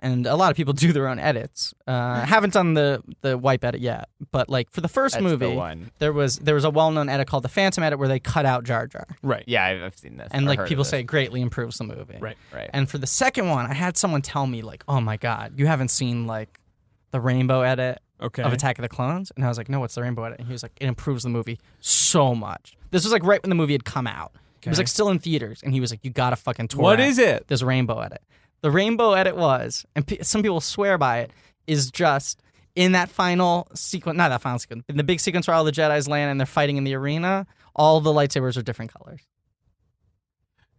and a lot of people do their own edits. Uh, haven't done the the wipe edit yet, but like for the first
That's the
movie,
one.
there was there was a well known edit called the Phantom edit where they cut out Jar Jar,
Right.
yeah, I've, I've seen this.
and
or heard
like
of
people
this.
say it greatly improves the movie.
Right.
right.
And for the second one, I had someone tell me like, "Oh my god, you haven't seen like the Rainbow edit
Okay.
of Attack of the Clones," and I was like, "No, what's the Rainbow edit?" And he was like, "It improves the movie so much." This was like right when the movie had come out. It was
Okay.
like still in theaters, and he was like, "You gotta fucking tour."
What
out
is it?
this rainbow edit. The rainbow edit was, and p- some people swear by it, is just in that final sequence, not that final sequence, in the big sequence where all the Jedi's land and they're fighting in the arena, all the lightsabers are different colors.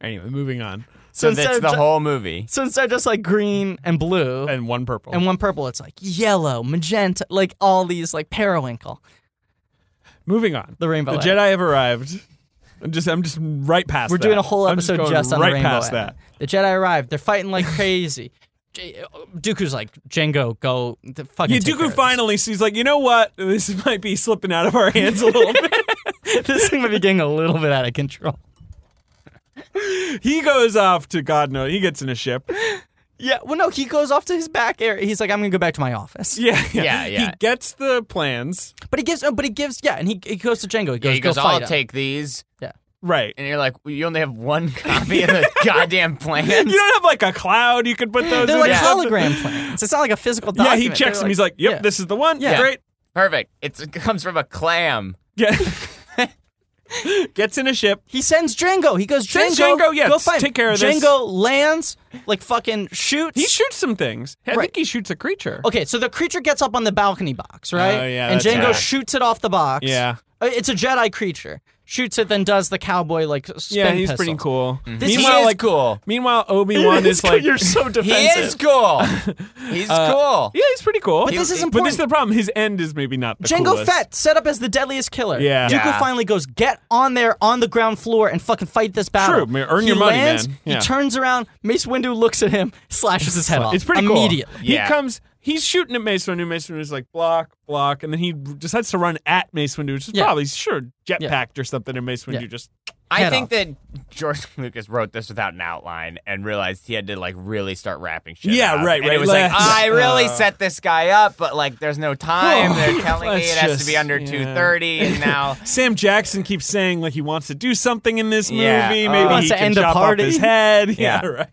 Anyway, moving on.
so
instead
that's
of
the
ju-
whole movie.
So instead of just like green and blue and,
And one purple.
one purple, it's like yellow, magenta, like all these like periwinkle,
moving on.
the rainbow
The
edit.
Jedi have arrived. I'm just, I'm just right past.
We're
that.
doing a whole
I'm just
episode
going
just, on
right
the rainbow
past
edit.
that.
The Jedi arrived. They're fighting like crazy. J- Dooku's like, Jango, go th- fucking
Yeah,
take care
Dooku
of this."
finally sees like, you know what? This might be slipping out of our hands a little bit.
this thing might be getting a little bit out of control.
He goes off to God knows. He gets in a ship.
Yeah, well, no, he goes off to his back area. He's like, I'm gonna go back to my office.
Yeah,
Yeah,
He
yeah.
gets the plans.
But he gives, oh, but he gives, yeah, and he, he goes to Django. He goes,
Yeah, he
"Go
goes,
fight
I'll
him."
take these.
Yeah,
Right.
And you're like, well, you only have one copy of the goddamn plan.
You don't have like a cloud you could put those
they're
in.
like
or something?
hologram plans. It's not like a physical
Yeah,
document.
he checks
They're
him. He's like,
like-
"Yep,
yeah.
this is the one.
Yeah.
Great."
Perfect. It's, it comes from a clam.
Gets in a ship.
He sends Django. He goes, Django,
Send Django, yeah,
go find
take care of
Django
this.
lands, like fucking shoots.
He shoots some things. I
Right. Oh,
think he shoots a creature.
okay, so the creature gets up on the balcony box, right?
Oh, yeah,
and
that's
Django
right.
shoots it off the box.
Yeah.
Uh, It's a Jedi creature. Shoots it, then does the cowboy like spin
Yeah, he's
pistol.
pretty cool.
This
Meanwhile,
is
like
cool.
meanwhile, Obi Wan is like
You're so
He
defensive.
is cool. He's cool.
Uh, Yeah, he's pretty cool.
But this is
But this is the problem. His end is maybe not the
Django
coolest.
Fett set up as the deadliest killer.
Yeah.
Dooku
Yeah.
finally goes, get on there on the ground floor and fucking fight this battle.
True, man, earn
he
your money,
lands,
man. Yeah.
He turns around. Mace Windu looks at him, slashes his head off.
It's pretty
immediately.
cool.
Yeah.
He comes. He's shooting at Mace Windu. Mace Windu is like block, block, and then he decides to run at Mace Windu, which is
Yeah.
probably sure jetpacked
Yeah.
or something. And Mace Windu
Yeah.
just
I
Head
think
off.
that George Lucas wrote this without an outline and realized he had to like really start wrapping shit.
Yeah,
up.
right,
And
right.
It was
Let's-
like I really
uh,
set this guy up, but like there's no time. They're telling me
let's
it has to
just-
be under
yeah.
two thirty, and now
Sam Jackson keeps saying like he wants to do something in this
Yeah.
movie.
Uh,
Maybe
Wants
he
to
can
end a
chop off
party.
his head.
Yeah.
right.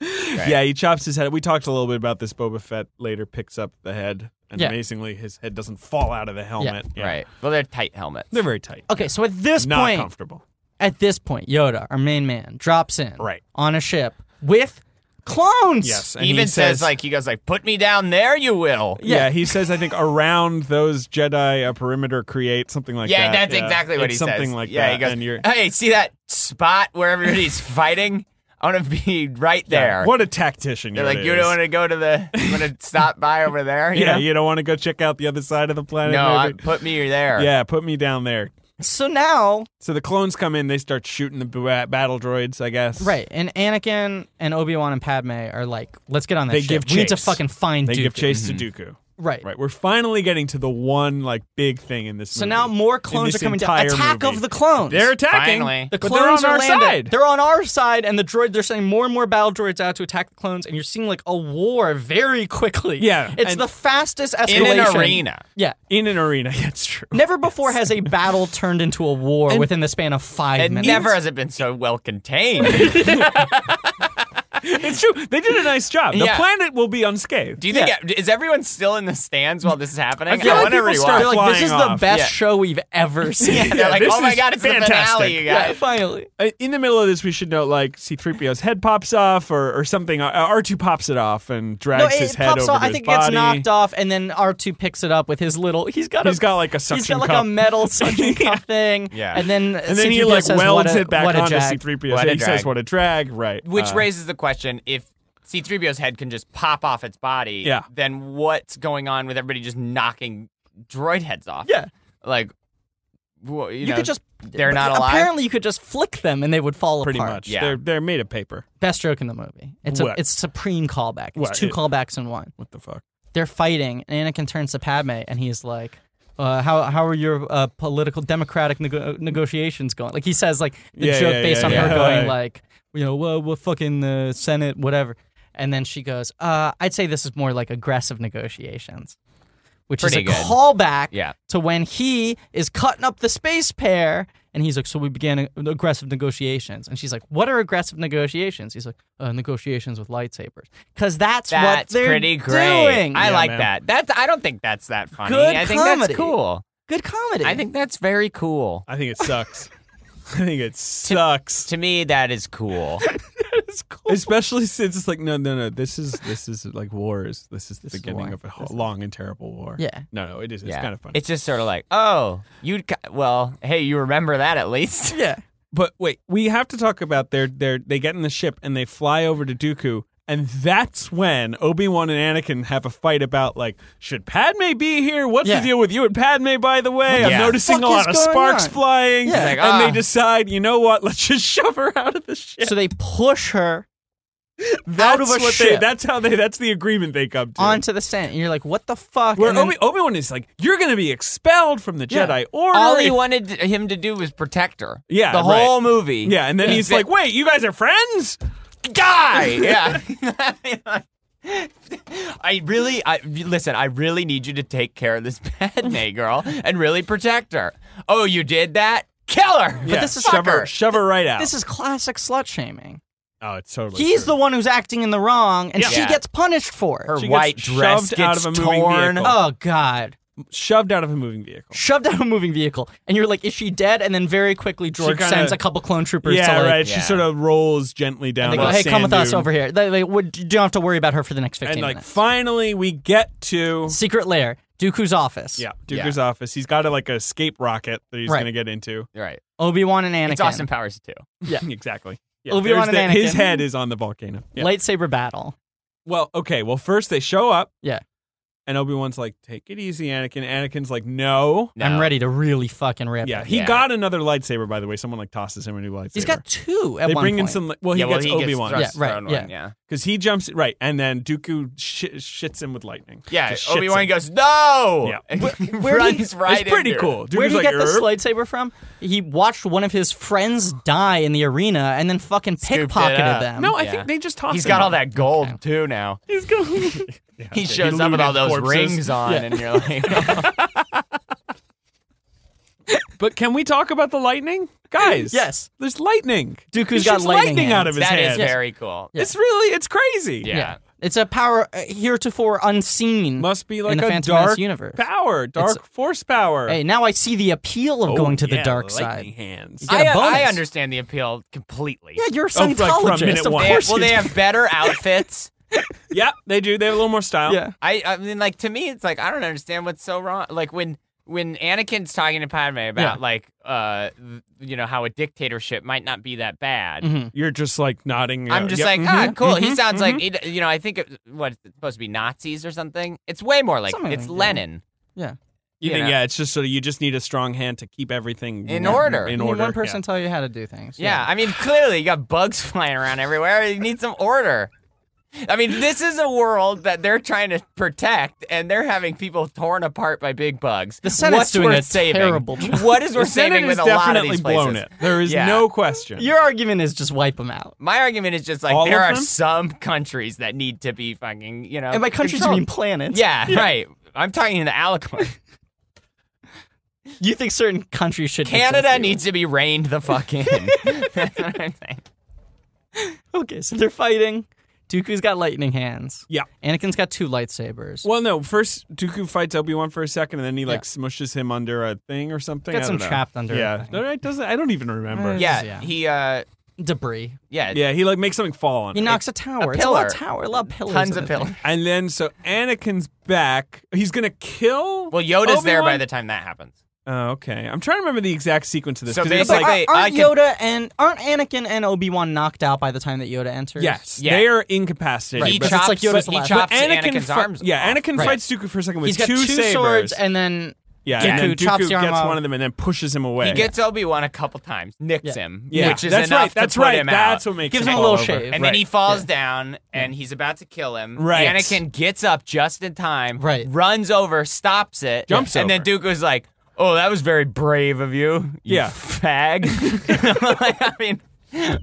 Yeah, he chops his head. We talked a little bit about this. Boba Fett later picks up the head, and
Yeah.
amazingly, his head doesn't fall out of the helmet. Yeah.
right. Well, they're tight helmets.
They're very tight.
Okay, so at this
Not
point,
comfortable.
at this point, Yoda, our main man, drops in
Right.
on a ship with clones.
Yes. And
He even
he
says,
says
like he goes like, "Put me down there, you will."
Yeah. he says I think around those Jedi a perimeter create something like
yeah,
that.
that's exactly what
It's
he
something
says.
like
yeah,
that.
he goes,
and you're
"Hey, see that spot where everybody's fighting? I want to be right there."
What a tactician!
They're
Yoda
like, "You don't
is.
want to go to the, you want to stop by over there?" You
Yeah,
know?
you don't want to go check out the other side of the planet.
no, I,
maybe?
put me there.
yeah, put me down there.
So now,
So the clones come in. They start shooting the ba- battle droids. I guess.
right, and Anakin and Obi Wan and Padme are like, let's get on this
They
ship.
give
We need to
chase.
fucking find
They give
Dooku."
chase to Dooku.
Right.
Right. We're finally getting to the one like big thing in this.
So now more clones are coming down. Attack of the clones.
They're attacking.
Finally.
The
but
clones
they're on our
landing.
side.
They're on our side, and the droid. They're sending more and more battle droids out to attack the clones, and you're seeing like a war very quickly.
Yeah,
it's
and-
the fastest escalation
in an arena.
Yeah,
in an arena. Yeah, it's true.
never before has a battle turned into a war within the span of five
And
minutes.
never has it been so well contained.
It's true. They did a nice job. The
Yeah.
planet will be unscathed.
Do you think e-, is everyone still in the stands while this is happening?
feel like
wanna
people
rewatch.
start
They're like, this
flying
is the
off.
best
Yeah.
show we've ever seen.
Yeah,
Yeah,
they're like,
this
"Oh my
is
god, it's the
fantastic."
finale, you
Yeah,
guys."
finally.
Uh, in the middle of this, we should note like C-3PO's head pops off or, or something. Uh, R2 pops it off and drags
No,
his
it
head
pops
over
off.
to
I
his
think it gets
body.
knocked off, and then R two picks it up with his little. He's got
He's
a
got like a
he's
suction
got like
cup.
a metal suction cup thing.
Yeah.
and then
and then he like welds it back onto C-3PO.
What
So
a
he says,
drag.
"What a drag!" Right.
Which
Uh,
raises the question if C3PO's head can just pop off its body,
Yeah.
then what's going on with everybody just knocking droid heads off?
Yeah.
Like, wha- you,
You,
know,
could just
They're not alive?
Apparently, you could just flick them and they would fall
pretty
apart.
much.
Yeah.
They're they're made of paper.
Best joke in the movie. It's a
What?
it's supreme callback. It's
What?
two
It-
callbacks in one.
What the fuck?
They're fighting, and Anakin turns to Padme, and he's like. Uh, how how are your uh, political democratic nego- negotiations going? Like he says, like the
Yeah,
joke
yeah,
based
yeah,
on
yeah.
her going
Right.
like, you know, well, well, fucking the Senate, whatever. And then she goes, uh, I'd say this is more like aggressive negotiations, which
Pretty
is a
good.
callback
Yeah.
to when he is cutting up the space pair and he's like so we began a- aggressive negotiations and she's like what are aggressive negotiations he's like uh, negotiations with lightsabers because that's, what
that's
they're
pretty great.
doing
I
Yeah,
like
man.
that. That's I don't think that's that funny.
Good
I think
comedy.
that's cool.
good comedy
I think that's very cool.
I think it sucks. I think it sucks.
To me, that is cool.
it's cool
Especially since it's like no no no this is this is like wars this is the
is
beginning
war.
of a ho- long and terrible war
Yeah.
no no it is it's
Yeah.
kind of funny
It's just sort of like, oh, you. Well, hey, you remember that at least.
yeah
But wait, we have to talk about their their they get in the ship and they fly over to Dooku, and that's when Obi Wan and Anakin have a fight about like, should Padme be here? What's
Yeah.
the deal with you and Padme? By the way, I'm
Yeah.
noticing
fuck
a
is
lot of
going
sparks
on?
flying,
Yeah.
Like,
and
ah.
they decide, you know what? Let's just shove her out of the ship.
so they push her
that's
of a
what They,
ship.
that's how they. That's the agreement they come to.
onto the sand and you're like what the fuck
where
and then-
Obi Obi Wan is like, "You're going to be expelled from the
Yeah.
Jedi Order."
All he
if
wanted him to do was protect her.
Yeah,
the
right.
whole movie.
Yeah, and then he's like, "Wait, you guys are friends? Die!"
yeah. I really, I listen. I really need you to take care of this Padme girl and really protect her. Oh, you did that? Kill her.
But this is
shove her,
soccer.
shove her right out.
this is classic slut shaming
oh, it's totally.
he's
true.
the one who's acting in the wrong and
Yeah.
she
Yeah.
gets punished for it
Her
She gets
white dress
shoved
gets
out of a moving
torn.
vehicle.
oh god
shoved out of a moving vehicle.
shoved out of a moving vehicle, and you're like, is she dead? And then very quickly, George
kinda-
sends a couple clone troopers
yeah,
to like.
right. She
Yeah.
sort of rolls gently down.
They go,
a
hey, come
sand
with us
dune.
over here. They, they would, you don't have to worry about her for the next 15
And like,
minutes.
finally, we get to
Secret lair, Dooku's office.
yeah, Dooku's office. He's got a, like a escape rocket that he's
Right.
gonna get into.
Right.
Obi Wan and Anakin.
It's Austin Powers too.
exactly. Yeah,
Obi-Wan
there's
and
the- His
Anakin.
head is on the volcano. Yeah.
Lightsaber battle.
Well, okay. Well, first they show up.
Yeah.
And Obi Wan's like, "Take it easy, Anakin." Anakin's like, "No."
No.
I'm ready to really fucking rip.
Yeah, he
Yeah.
got another lightsaber. By the way, someone like tosses him a new lightsaber.
He's got two at
They
one
bring in
point.
some. Well,
yeah,
he
well,
gets
he
Obi
gets
Wan
thrust,
Yeah, right,
thrown
yeah.
One, yeah.
because he jumps right, and then Dooku sh- shits him with lightning.
Yeah,
Just shits
Obi Wan
him.
goes, no!
Yeah.
And he
where did he-
runs right
it's pretty
into
cool. Dooku's
Where did he
like,
get this
"Erp."
lightsaber from? He watched one of his friends die in the arena and then fucking
Scooped it
pickpocketed
up.
them.
No, I
Yeah.
think they just
it.
tossed.
He's
him
got
up.
all that gold too now.
He's got.
He shows up with all those
corpses.
rings on, and you're like,
But can we talk about the lightning, guys?
Yes.
there's lightning.
Dooku's
He
got
shoots
lightning hands.
out of his
that
head.
is very cool.
Yeah.
It's really, it's crazy.
Yeah.
Yeah. It's a power uh, heretofore unseen.
must be like
the
a
Phantom Menace
dark
universe.
power, dark force power.
hey, now I see the appeal of
Oh,
going to
yeah,
the dark side.
lightning Hands.
Yeah.
I,
get a bonus.
I understand the appeal completely.
Yeah, you're a
Oh, like
Scientologist.
from minute
of
one.
They
course
have, well,
you
they
do.
have better outfits.
yeah, they do. They have a little more style.
Yeah.
I, I mean, like to me, it's like I don't understand what's so wrong. Like when when Anakin's talking to Padme about like uh th- you know how a dictatorship might not be that bad.
You're just like nodding. uh,
I'm just
yep,
like,
mhm,
Mm-hmm,
ah, cool. he
mhm, mhm.
sounds like, he, you know, I think it, what it's supposed to be Nazis or something. It's way more like
Something
it's
like that.
Lenin.
Yeah.
You
you
think,
know.
yeah, it's just sort of you just need a strong hand to keep everything
In order.
In
You need
order.
One person tell you how to do things.
Yeah, I mean, clearly you got bugs flying around everywhere. You need some order. I mean, this is a world that they're trying to protect, and they're having people torn apart by big bugs.
The Senate's
What's
doing
worth
a
saving?
terrible job.
What is
Yeah. The
worth
Senate
saving
has
with a lot of
definitely
these
blown
places?
it. There is
Yeah.
no question.
Your argument is just wipe them out.
My argument is just like
All
there
of
are
them?
some countries that need to be fucking, you know,
And by countries, you
controlled.
mean planets.
yeah, right. I'm talking in the alicorn.
You think certain countries should
Canada
exist.
needs to be reined the fuck in. That's what I'm saying.
Okay, so they're fighting. Dooku's got lightning hands.
Yeah.
Anakin's got two lightsabers.
Well, no. First, Dooku fights Obi Wan for a second, and then he like
Yeah.
smushes him under a thing or something.
Gets
I don't
him
know.
trapped under a
Yeah,
thing.
No, it doesn't. I don't even remember.
Uh,
yeah,
Yeah.
he, uh,
Debris.
yeah,
yeah. He like makes something fall on.
He
him.
knocks a tower.
a
it's a lot
pillar.
of tower, a lot of pillars.
tons
in
of
the thing.
pillars.
and then so Anakin's back. He's gonna kill.
Well, Yoda's there by
Obi-Wan?
the time that happens.
Oh, okay. I'm trying to remember the exact sequence of this.
So
'cause it was
But
basically-
like,
Like,
are,
I-
aren't
I can-
Yoda and aren't Anakin and Obi Wan knocked out by the time that Yoda enters?
yes,
Yeah.
they are incapacitated.
He
but-
it's
chops,
like Yoda's
he
laugh.
chops
Anakin
Anakin's
fi-
arms.
Yeah,
off.
Anakin
Right.
fights Dooku for a second with
He's got two,
sabers.
swords and then
yeah,
Dooku
and then
chops
Dooku
the arm
gets
off.
one of them and then pushes him away.
He gets Obi Wan a couple times, nicks him,
Yeah.
which is
That's
enough
right,
to
that's
put
right,
him
that's
out.
what makes
Gives
him
him a
fall
little
over.
shave.
and
Right.
then he falls down and he's about to kill him.
Right.
Anakin gets up just in time,
Right.
runs over, stops it,
Jumps
and then Dooku's like, "Oh, that was very brave of you, you
Yeah.
fag." I mean,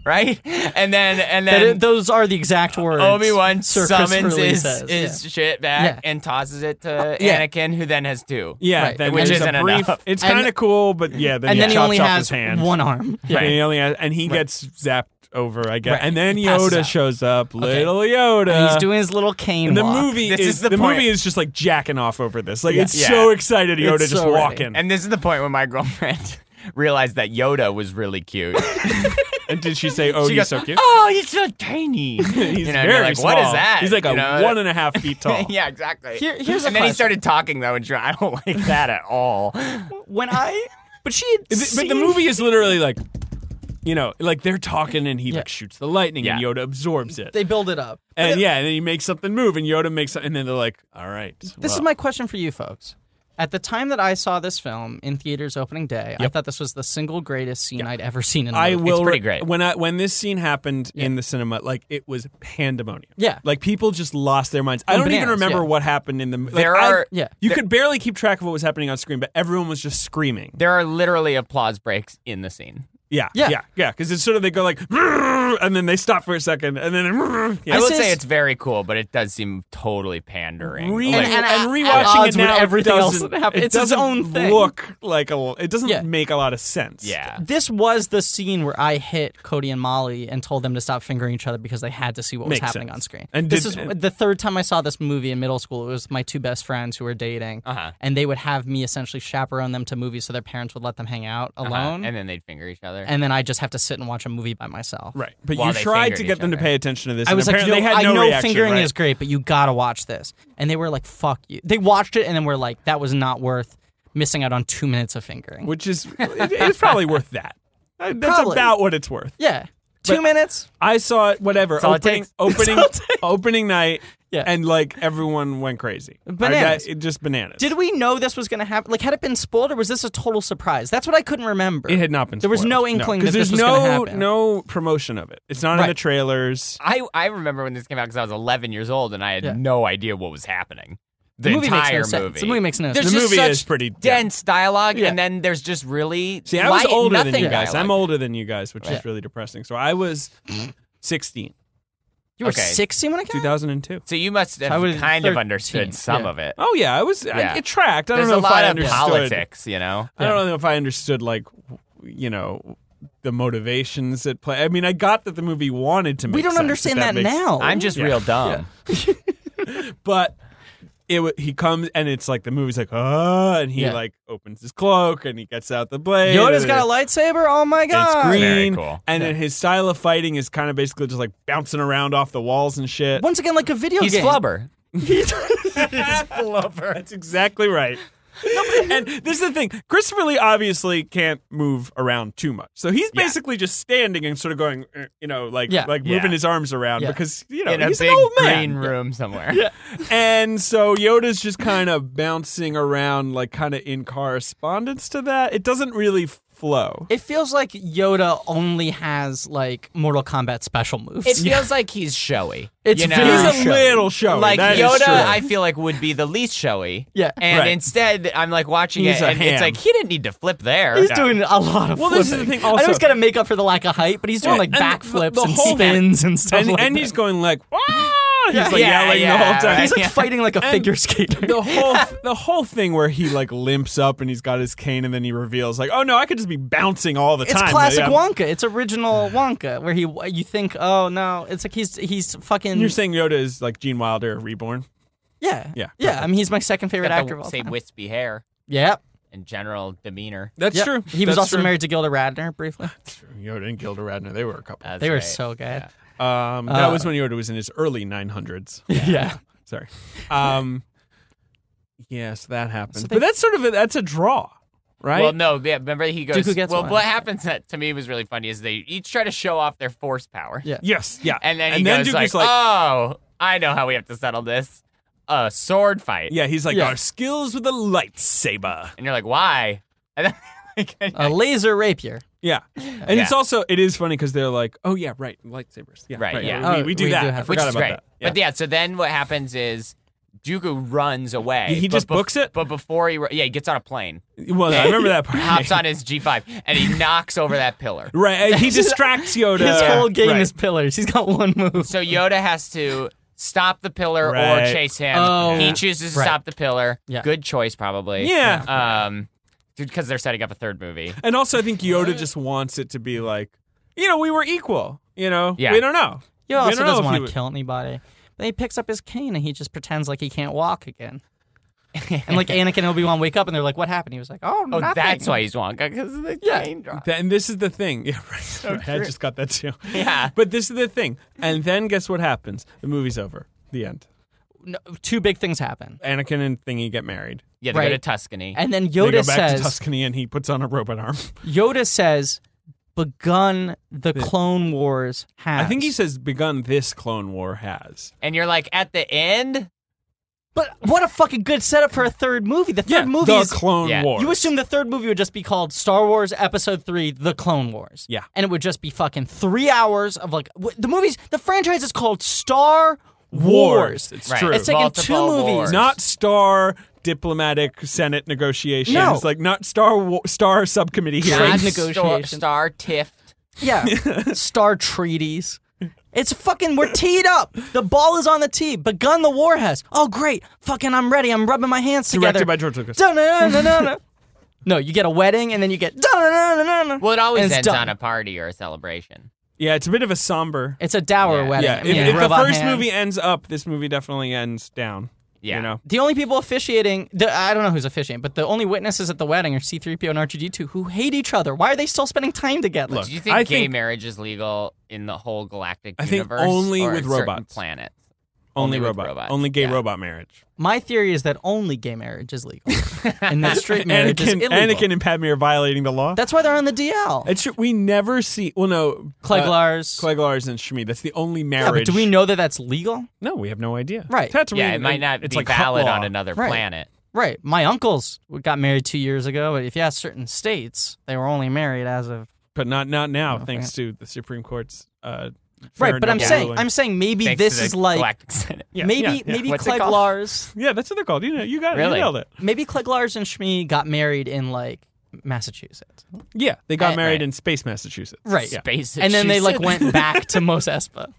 right? And then and
That
then
it- those are the exact words.
Obi Wan
Sir Christopher
summons
Lee
his,
says.
his shit back
Yeah.
and tosses it to
Uh, yeah.
Anakin, who then has two.
Yeah,
Right.
then
Which
there's
isn't
a brief.
enough.
It's
And-
kind of cool, but yeah, then
and
he
then he
chops
only
off
has
his hand.
one arm. Yeah.
And he only has, and he gets zapped over, I guess.
Right.
And then
He passes
Yoda
out.
shows up, little Yoda.
And he's doing his little cane.
Uh, And the
walk.
movie
This
is,
is the point.
movie is just like jacking off over this. Like it's
Yeah.
so excited Yoda
It's
just
so ready.
walking.
And this is the point where my girlfriend realized that Yoda was really cute.
And did she say, "Oh,
She
you're
goes,
so cute"?
Oh, he's so tiny.
He's
you know, and you're
very
like,
small.
What is that?
He's like a
You know?
one and a half feet tall.
yeah, exactly.
Here- here's a
and then he
question.
started talking though, and she- I don't like that at all.
when I, but she, had
Is it- but the
seen-
movie is literally like, you know, like they're talking and he
Yeah.
like shoots the lightning and
Yeah.
Yoda absorbs it.
they build it up. But
and
it-
yeah, and then he makes something move and Yoda makes something, and then they're like, all right.
This is my question for you folks. At the time that I saw this film in theaters opening day, I thought this was the single greatest scene I'd ever seen in a
I
movie.
will.
pretty
re-
great.
When I when this scene happened in the cinema, like it was pandemonium.
Yeah.
like people just lost their minds. I
And
don't even
bananas,
remember
yeah.
what happened in the. Like,
There
I-
are-
Yeah.
you could barely keep track of what was happening on screen, but everyone was just screaming.
There are literally applause breaks in the scene.
Yeah,
Yeah.
yeah, yeah. Because it's sort of they go like, "Brrr," and then they stop for a second, and then yeah.
I will
This
say
is-
it's very cool, but it does seem totally pandering.
Re-
Like,
and-
and,
and
rewatching
at odds
it
with
now,
everything
it
else
doesn't-
that happened.
It
It's his
doesn't
own thing.
look like a. It doesn't
Yeah.
make a lot of sense.
yeah.
This was the scene where I hit Cody and Molly and told them to stop fingering each other because they had to see what was
Makes
happening
sense.
on screen.
And
this
did-
is the third time I saw this movie in middle school. It was my two best friends who were dating,
Uh-huh.
and they would have me essentially chaperone them to movies so their parents would let them hang out alone,
Uh-huh. And then they'd finger each other.
and then I just have to sit and watch a movie by myself.
right. But
While
you
they
tried to
fingered
get
each
them to
other.
pay attention to this.
I
and
was like,
apparently
"Yo,
they had
I
no
know
reaction,
fingering
right?
is great, but you gotta watch this. And they were like, fuck you. They watched it and then were like, that was not worth missing out on two minutes of fingering.
which is it, it's probably worth that. Uh, That's
Probably.
about what it's worth.
yeah. Two minutes?
I saw it, whatever
all it
opening
takes.
opening
all it takes.
opening night,
Yeah.
and like everyone went crazy. I got-
Bananas.
it- just bananas.
Did we know this was gonna happen? Like, had it been spoiled or was this a total surprise? That's what I couldn't remember.
it had not been.
There was
spoiled.
no inkling
'Cause
that
there's
this was
no
gonna happen.
no promotion of it. It's not in
Right.
the trailers.
I, I remember when this came out because I was 11 years old and I had
Yeah.
no idea what was happening. The,
The movie makes
entire
no sense.
movie.
The movie makes no
There's
sense.
the
just
movie
such
is pretty
dense dialogue,
Yeah.
and then there's just really
See, I was
light-
older
nothing
than you guys.
Dialogue.
I'm older than you guys, which
Right.
is really depressing. So I was 16,
You were
okay.
16 when it came out?
2002.
So you must
I
have
was
kind of
13,
understood some
yeah.
of it.
Oh yeah, I was.
Yeah.
I, it tracked. I
There's
don't know
a
if
lot
I
of
understood.
politics, you know.
I don't know if I understood like w- you know the motivations at play. I mean, I got that the movie wanted to make.
We don't
sense, if
understand that,
makes-
now.
I'm just
Oh, Yeah.
real dumb.
but it wa- he comes and it's like the movie's like ah, and he
Yeah.
like opens his cloak and he gets out the blade.
Yoda's
and
got a lightsaber? Oh my god.
It's green,
Very cool.
and then his style of fighting is kind of basically just like bouncing around off the walls and shit.
Once again, like a video
He's
game.
flubber.
That's exactly right. and this is the thing. Christopher Lee obviously can't move around too much. So he's
Yeah.
basically just standing and sort of going, eh, you know, like
Yeah.
like
Yeah.
moving his arms around
Yeah.
because, you know,
in a
he's
big
an old man.
green room somewhere.
And so Yoda's just kind of bouncing around like kind of in correspondence to that. It doesn't really flow.
It feels like Yoda only has like Mortal Kombat special moves.
It feels like he's showy.
It's
you know?
very
he's a
showy.
little showy.
like
Oh, That is
Yoda,
true.
I feel like would be the least showy.
Yeah.
and
Right.
instead I'm like watching
He's
it,
a
and it's
ham.
like he didn't need to flip there.
He's doing a lot of
Well,
flipping.
this is the thing
I know
also.
he's got to make up for the lack of height, but he's doing
Yeah,
like
and the-
backflips
the
and
whole-
spins and stuff
and,
like
and
that.
he's going like, "Wah!" He's
Yeah.
like
Yeah,
yelling the
yeah,
whole time.
right.
He's like
Yeah.
fighting like a
And-
figure skater.
the whole the whole thing where he like limps up and he's got his cane and then he reveals like oh no I could just be bouncing all the
it's
time.
classic
Yeah.
Wonka. It's original Wonka, where he you think, oh no, it's like he's he's fucking
You're saying Yoda is like Gene Wilder reborn?
yeah
Yeah,
yeah. I mean, he's my second favorite
Got
actor.
the
of all
same
time.
wispy hair
Yep.
and general demeanor.
That's
yep.
true.
He was
That's
also
true.
married to Gilda Radner briefly.
Yoda and Gilda Radner. They were a couple.
That's
they were
right.
so good. Yeah.
Um,
Uh,
that was when Yoda was in his early 900s. Sorry. Um, yes, that happened.
So they-
but that's sort of a, that's a draw, right?
Well, no, yeah, remember he goes.
Dooku gets
well,
one.
what happens that to me was really funny is they each try to show off their force power.
Yeah.
yes, yeah.
And then he goes
Dooku's
like, "Oh, I know how we have to settle this. A sword fight."
yeah, he's like
Yeah.
our skills with a lightsaber.
And you're like, "Why?" And then, like,
A Uh, laser rapier.
Yeah, and it's also it is funny because they're like, oh yeah, right, lightsabers. Yeah,
Right, yeah.
We,
Oh,
we do
we
that.
do
I
have-
which
forgot
is
about
great.
that.
But yeah, so then what happens is Dooku runs away.
He- he
but
just
bef-
books it?
But before he, ru- yeah, he gets on a plane,
Well, I remember that part.
hops on his G5, and he knocks over that pillar.
Right, uh, he distracts Yoda.
His whole game
Right.
is pillars. He's got one move.
So Yoda has to stop the pillar
Right.
or chase him.
Oh.
he chooses to
Right.
stop the pillar.
Yeah.
Good choice, probably.
Yeah.
Um, because they're setting up a third movie.
and also I think Yoda just wants it to be like, you know, we were equal. You know,
Yeah.
we don't know.
He
we
also
don't know
doesn't
if he
want
would-
to kill anybody. Then he picks up his cane and he just pretends like he can't walk again. and like Anakin and Obi Wan wake up and they're like, "What happened?" He was like, "Oh,
Oh,
nothing."
that's why he's Wonka because of the yeah. cane drop.
Th- and this is the thing. Yeah, right. Right, I just got that too.
Yeah.
But this is the thing. And then guess what happens? The movie's over. The end.
No, two big things happen.
Anakin and Thingy get married.
Yeah, they
Right.
go to Tuscany.
And then
They go
Yoda
back to
says,
Tuscany and he puts on a robot arm.
"Yoda says, begun the Clone Wars has."
I think he says begun this Clone War has.
and you're like, at the end,
But what a fucking good setup for a third movie. The third movie
the
is.
Clone
Yeah.
War.
you assume the third movie would just be called Star Wars Episode 3 The Clone Wars.
Yeah.
And it would just be fucking 3 hours of like w- the movies the franchise is called Star Wars.
It's
Right.
true.
It's taken
Multiple
two movies.
wars.
Not Star diplomatic Senate negotiations,
No.
like not star wa- star subcommittee
Trade
hearings.
Star,
negotiations.
star tiffed.
Yeah. Star treaties. It's fucking, we're teed up. The ball is on the tee. Begun the war has. Oh, great. Fucking, I'm ready. I'm rubbing my hands together.
Directed by George Lucas.
Dun-dun-dun-dun-dun. No, you get a wedding and then you get. dun-dun-dun-dun-dun.
Well, it always
And it's
ends
done.
on a party or a celebration.
Yeah, it's a bit of a somber.
It's a dour
Yeah.
wedding.
Yeah,
I
if,
mean,
if the
rub our
first
hand.
movie ends up, this movie definitely ends down.
Yeah.
You know,
The only people officiating, the, I don't know who's officiating, but the only witnesses at the wedding are C3PO and R2D2 who hate each other. Why are they still spending time together?
Look,
Do you think
I
gay
think-
marriage is legal in the whole galactic
I think
universe?
only
or
with
certain
robots.
Planets.
only,
Only with
robot,
robots,
only gay
yeah.
robot marriage.
My theory is that only gay marriage is legal and that straight marriage is
Anakin,
illegal.
Anakin and Padme are violating the law.
That's why they're on the DL.
It's true. We never see. Well, no, uh,
Cleglars.
Clegg Lars and Shmi. That's the only
yeah, Uh, but
marriage.
do we know that that's legal?
No, we have no idea.
Right.
Tatooine.
Yeah, it might not
it's
be
like
valid
hot law.
on another
Right.
planet.
Right. My uncles got married two years ago, but if you ask certain states, they were only married as of.
but not not now,
Oh,
thanks to the Supreme Court's. Uh,
right, but I'm
enough.
saying
ruling.
I'm saying maybe
Thanks
this
to the
is like
Galactic Senate.
Yeah,
maybe
yeah, yeah.
maybe
What's it called?
Kleglars
Yeah, that's what they're called. You know, you got it.
Really?
You nailed it.
maybe Kleglars and Schmee got married in like Massachusetts.
Yeah, they got
Uh,
married
right.
in Space, Massachusetts.
Right.
Yeah.
Space
And then they like
Massachusetts.
went back to Mos Espa.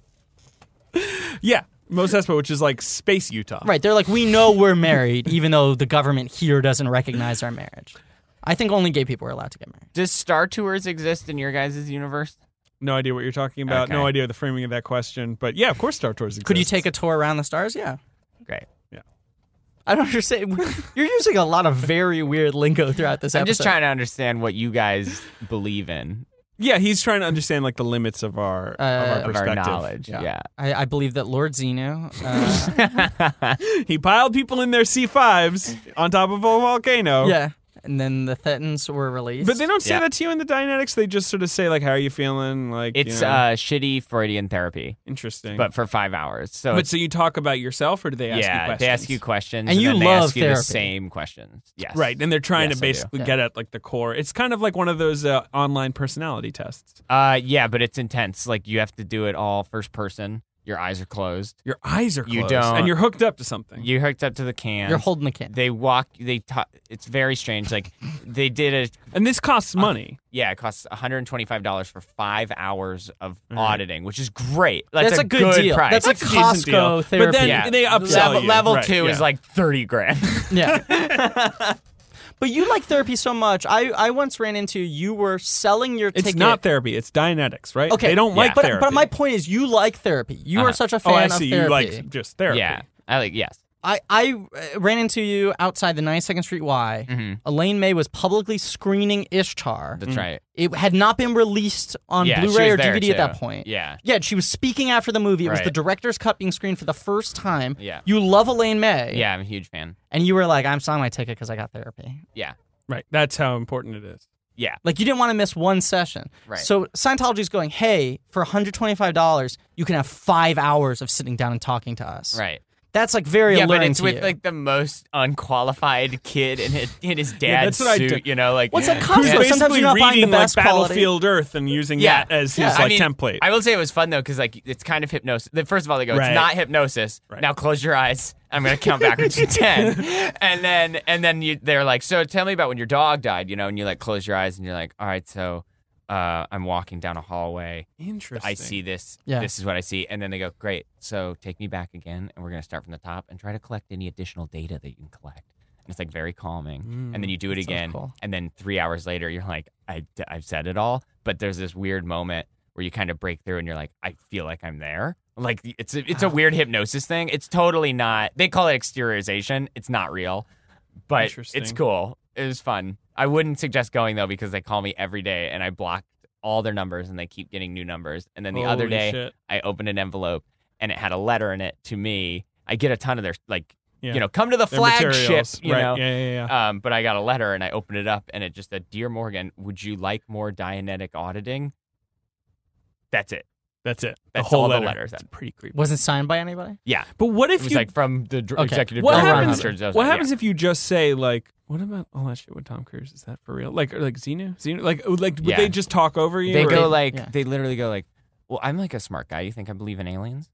Yeah, Mos Espa, which is like Space Utah.
Right. They're like, we know we're married, even though the government here doesn't recognize our marriage. I think only gay people are allowed to get married.
Does Star Tours exist in your guys' universe?
No idea what you're talking about. No
Okay.
idea the framing of that question. But yeah, of course, Star Tours exists.
Could you take a tour around the stars? Yeah.
Great.
I don't understand. You're using a lot of very weird lingo throughout this episode.
I'm just trying to understand what you guys believe in
Yeah, he's trying to understand like the limits of our of
Uh,
our
of our
perspective.
knowledge. Yeah.
I, I believe that Lord Zeno. Uh,
He piled people in their C5s on top of a volcano.
yeah. oh, And then the Thetans were released.
But they don't say
Yeah.
that to you in the Dianetics. They just sort of say like, "How are you feeling?" Like you
It's
know,
uh, shitty Freudian therapy,
interesting.
but for five hours. So
but
it's,
so you talk about yourself, or do they ask you
yeah,
questions?
they ask you questions,
And you
then they
love
ask you
therapy.
the same questions. Yes,
Right, and they're trying
Yes,
to
I do.
basically get at like the core. It's kind of like one of those uh, online personality tests.
Uh, yeah, but it's intense. Like you have to do it all first person. Your eyes are closed.
Your eyes are closed,
You don't-
and you're hooked up to something.
You hooked up to the can.
You're holding the can.
They walk. They talk. It's very strange. Like they did a
and this costs
Uh,
money.
yeah. It costs one hundred and twenty five dollars for five hours of
Mm-hmm.
auditing, which is great. Like,
That's
it's
a good deal.
price.
That's
It's a decent
Costco
deal.
therapy.
But then
yeah.
they upsell
level,
you.
level
Right,
two
yeah.
is like thirty grand.
Yeah. but you like therapy so much. I, I once ran into you were selling your
it's
ticket.
not therapy. It's Dianetics, right?
Okay.
they don't like
but,
therapy.
But my point is, you like therapy. You are
Uh-huh.
such a fan
oh, I
of
see.
therapy.
You like just therapy.
yeah, I like yes.
I, I uh, ran into you outside the 92nd Street Y. Elaine May was publicly screening Ishtar.
Mm-hmm. That's
Mm.
right.
It had not been released on
Yeah, she
Blu-ray
was
or
there,
DVD at that
too.
point.
Yeah.
Yeah, she was speaking after the movie. It was
Right.
the director's cut being screened for the first time.
Yeah.
You love Elaine May.
Yeah, I'm a huge fan.
And you were like, I'm selling my ticket because I got therapy.
Yeah,
Right. That's how important it is.
yeah.
Like you didn't want to miss one session.
Right.
So Scientology's going, hey, for $125, you can have five hours of sitting down and talking to us.
Right.
That's like very
yeah,
alluring
but it's
to
with
you.
like the most unqualified kid in his, in his dad's
Yeah, that's what I
suit.
do.
You know, like
What's that
Who's
Costco,
basically
sometimes you're not buying the
reading
best
like
quality.
Battlefield Earth and using
Yeah.
that as his
Yeah.
like
I mean,
template.
I will say it was fun though, because like it's kind of hypnosis. the- First of all, they go,
Right.
"It's not hypnosis."
Right.
Now close your eyes. I'm gonna count backwards to ten, and then and then you, they're like, "So tell me about when your dog died," you know, and you like close your eyes and you're like, "All right, so uh, I'm walking down a hallway.
Interesting.
I see this.
Yeah.
This is what I see." And then they go, "Great. So take me back again, and we're gonna start from the top and try to collect any additional data that you can collect." And it's like very calming. and
Mm,
then you do it again,
cool.
and then three hours later, you're like, I, "I've said it all." But there's this weird moment where you kind of break through and you're like, I feel like I'm there. Like it's a, it's a weird hypnosis thing. It's totally not. They call it exteriorization. It's not real, but it's
Interesting.
cool. It was fun. I wouldn't suggest going though because they call me every day and I blocked all their numbers and they keep getting new numbers. And then the other
Holy
day,
shit.
I opened an envelope and it had a letter in it to me. I get a ton of their like,
Yeah.
you know, come to the
Their
flagship,
materials.
you
right.
know.
Yeah, yeah, yeah.
Um, but I got a letter and I opened it up and it just said, "Dear Morgan, would you like more Dianetic auditing?" That's it.
That's it.
That's
the whole
all the
letter.
letters.
It's pretty creepy.
Wasn't signed by anybody?
Yeah,
But what
it
if
was
you
like from the dr-
Okay.
executive
what
director. of
happens?
Mr. Joseph.
What
Yeah.
happens if you just say like, "What about all that shit with Tom Cruise? Is that for real?" Like, or like Xenu, Xenu, like, would- like would
Yeah.
they just talk over you?
They
or-
go like
yeah.
they literally go like, "Well, I'm like a smart guy. You think I believe in aliens?"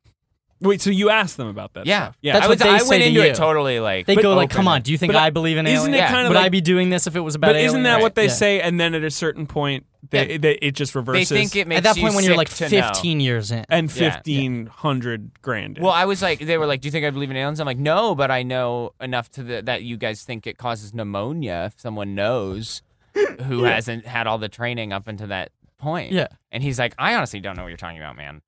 Wait, so you asked them about that?
Yeah,
stuff. yeah.
That's
I, was,
what they
I
say
went
to
into
you.
it totally like
They go like,
open.
"Come on, do you think
Oh, But
I believe in
isn't
aliens?
it
Yeah.
kinda
Would I
like-
be doing this if it was about
but
aliens?"
isn't that what they
Yeah.
say? And then at a certain point, they,
Yeah.
they, it just
They
reverses.
think it makes
At that point,
you
when you're
sick
like
to know.
15 years in,
and
Yeah.
fifteen hundred grand.
Well, I was like, they were like, "Do you think I believe in aliens?" I'm like, "No, but I know enough to the, that you guys think it causes pneumonia if someone knows who hasn't had all the training up until that point."
Yeah.
and he's like, "I honestly don't know what you're talking about, man."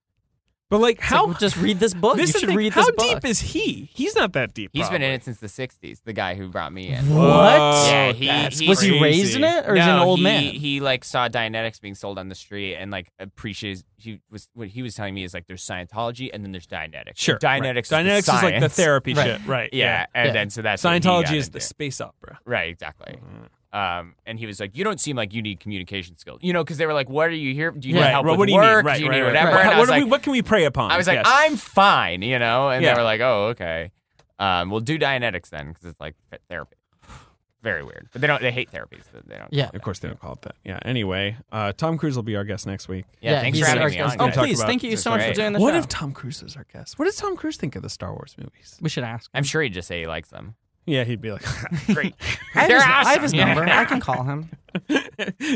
but like
It's like,
how
well, just read this book. you
This is
should
the thing,
read this
how
book.
deep is he? He's not that deep.
He's been in
probably.
it since the '60s. The guy who brought me in.
What?
Whoa,
Yeah, he-
that's
he-
was he raised in
crazy.
it, or
no,
is he an old
he,
man?
He like saw Dianetics being sold on the street and like appreciates. He was what he was telling me is like there's Scientology and then there's Dianetics.
Sure.
Dianetics.
right. Dianetics
Is the
is like the
science.
therapy
Right.
shit. Right.
Yeah, and
Yeah.
then so that's what he got
Scientology is the
into.
space opera.
Right, exactly.
Mm-hmm.
Um, and he was like, "You don't seem like you need communication skills, you know, because they were like, what are you here? Do you need
Right.
help
Right,
with
what do you
work?
need? Right,
do you
right,
need
right.
whatever?"
Right.
And I
what,
was
do
like,
we, what can we prey upon?
I was like,
Yes.
"I'm fine," you know, and
Yeah.
they were like, "Oh, okay. Um, we'll do Dianetics then, because it's like fit therapy. Very weird, but they don't. They hate therapies. so They don't.
Yeah.
Of course, they don't call it that. Yeah. Anyway, uh, Tom Cruise will be our guest next week.
yeah. thanks
he's
for having
our
me
guest.
on.
Oh,
guys.
Talk
please,
about-
thank you
it's
so much
great.
for doing the
What
show.
if Tom Cruise was our guest? What does Tom Cruise think of the Star Wars movies?
we should ask.
I'm sure he'd just say he likes them.
Yeah, he'd be like,
Great.
I have,
They're
his, I have his
awesome. Yeah.
number. I can call him.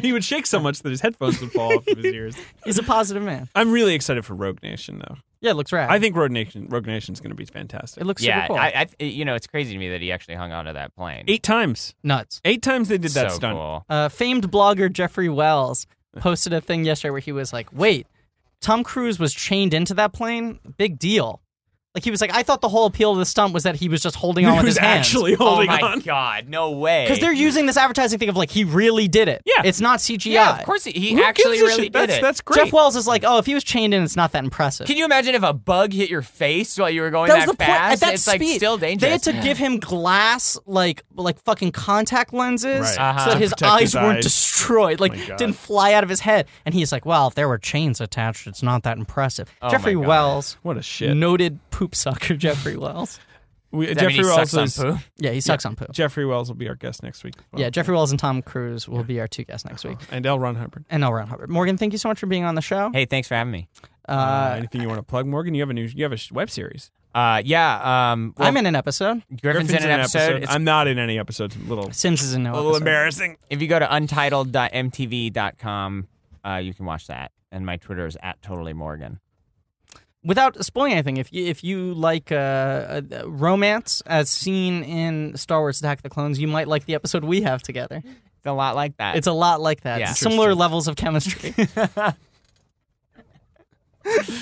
he would shake so much that his headphones would fall off of his ears.
He's a positive man.
I'm really excited for Rogue Nation, though.
Yeah, it looks rad.
I think Rogue Nation, Rogue Nation's going to be fantastic.
it looks
yeah,
super cool.
I, I, you know, it's crazy to me that he actually hung onto that plane.
Eight times,
Nuts.
eight times they did that
so
stunt.
cool.
Uh, famed blogger Jeffrey Wells posted a thing yesterday where he was like, "Wait, Tom Cruise was chained into that plane. Big deal." Like he was like, "I thought the whole appeal of the stunt was that he was just holding on
He
with
was
his hands."
actually
Oh
holding
my
on.
god, no way.
because they're using this advertising thing of like he really did it.
Yeah.
it's not CGI.
yeah, of course he, he
Who
actually
gives a
really
shit?
did
that's,
it.
That's great.
Jeff Wells is like, oh, if he was chained in, it's not that impressive.
Can you imagine if a bug hit your face while you were going
that was
that,
the point.
fast?
At that
it's
speed,
like still
They had
dangerous.
to give him glass, like like fucking contact lenses,
Right.
Uh-huh.
so that
To
his
protect
eyes
his
weren't
eyes.
destroyed, like
my God.
didn't fly out of his head. And he's like, well, if there were chains attached, it's not that impressive.
Oh
Jeffrey
my God.
Wells,
what a shit.
noted poop sucker, Jeffrey Wells.
We,
Does that mean
Jeffrey
he
Wells
sucks on
is,
poo?
Yeah, he sucks on poo.
Jeffrey Wells will be our guest next week. as well.
yeah, Jeffrey Wells and Tom Cruise will be our two guests next week.
and L. Ron Hubbard.
And L. Ron Hubbard. Morgan, thank you so much for being on the show.
Hey, thanks for having me.
Uh,
uh,
anything you want to plug, Morgan? You have a new, you have a sh- web series.
Uh, yeah. Um, well,
I'm in an episode.
Griffin's, in an episode. It's-
I'm not in any episodes. Little,
Sims is in no
a little
episode.
embarrassing.
if you go to untitled.mtv.com, uh, you can watch that. And my Twitter is at totally morgan.
without spoiling anything, if you, if you like uh, uh, romance as seen in Star Wars: Attack of the Clones, you might like the episode we have together.
It's a lot like that.
It's a lot like that.
Yeah.
Similar levels of chemistry.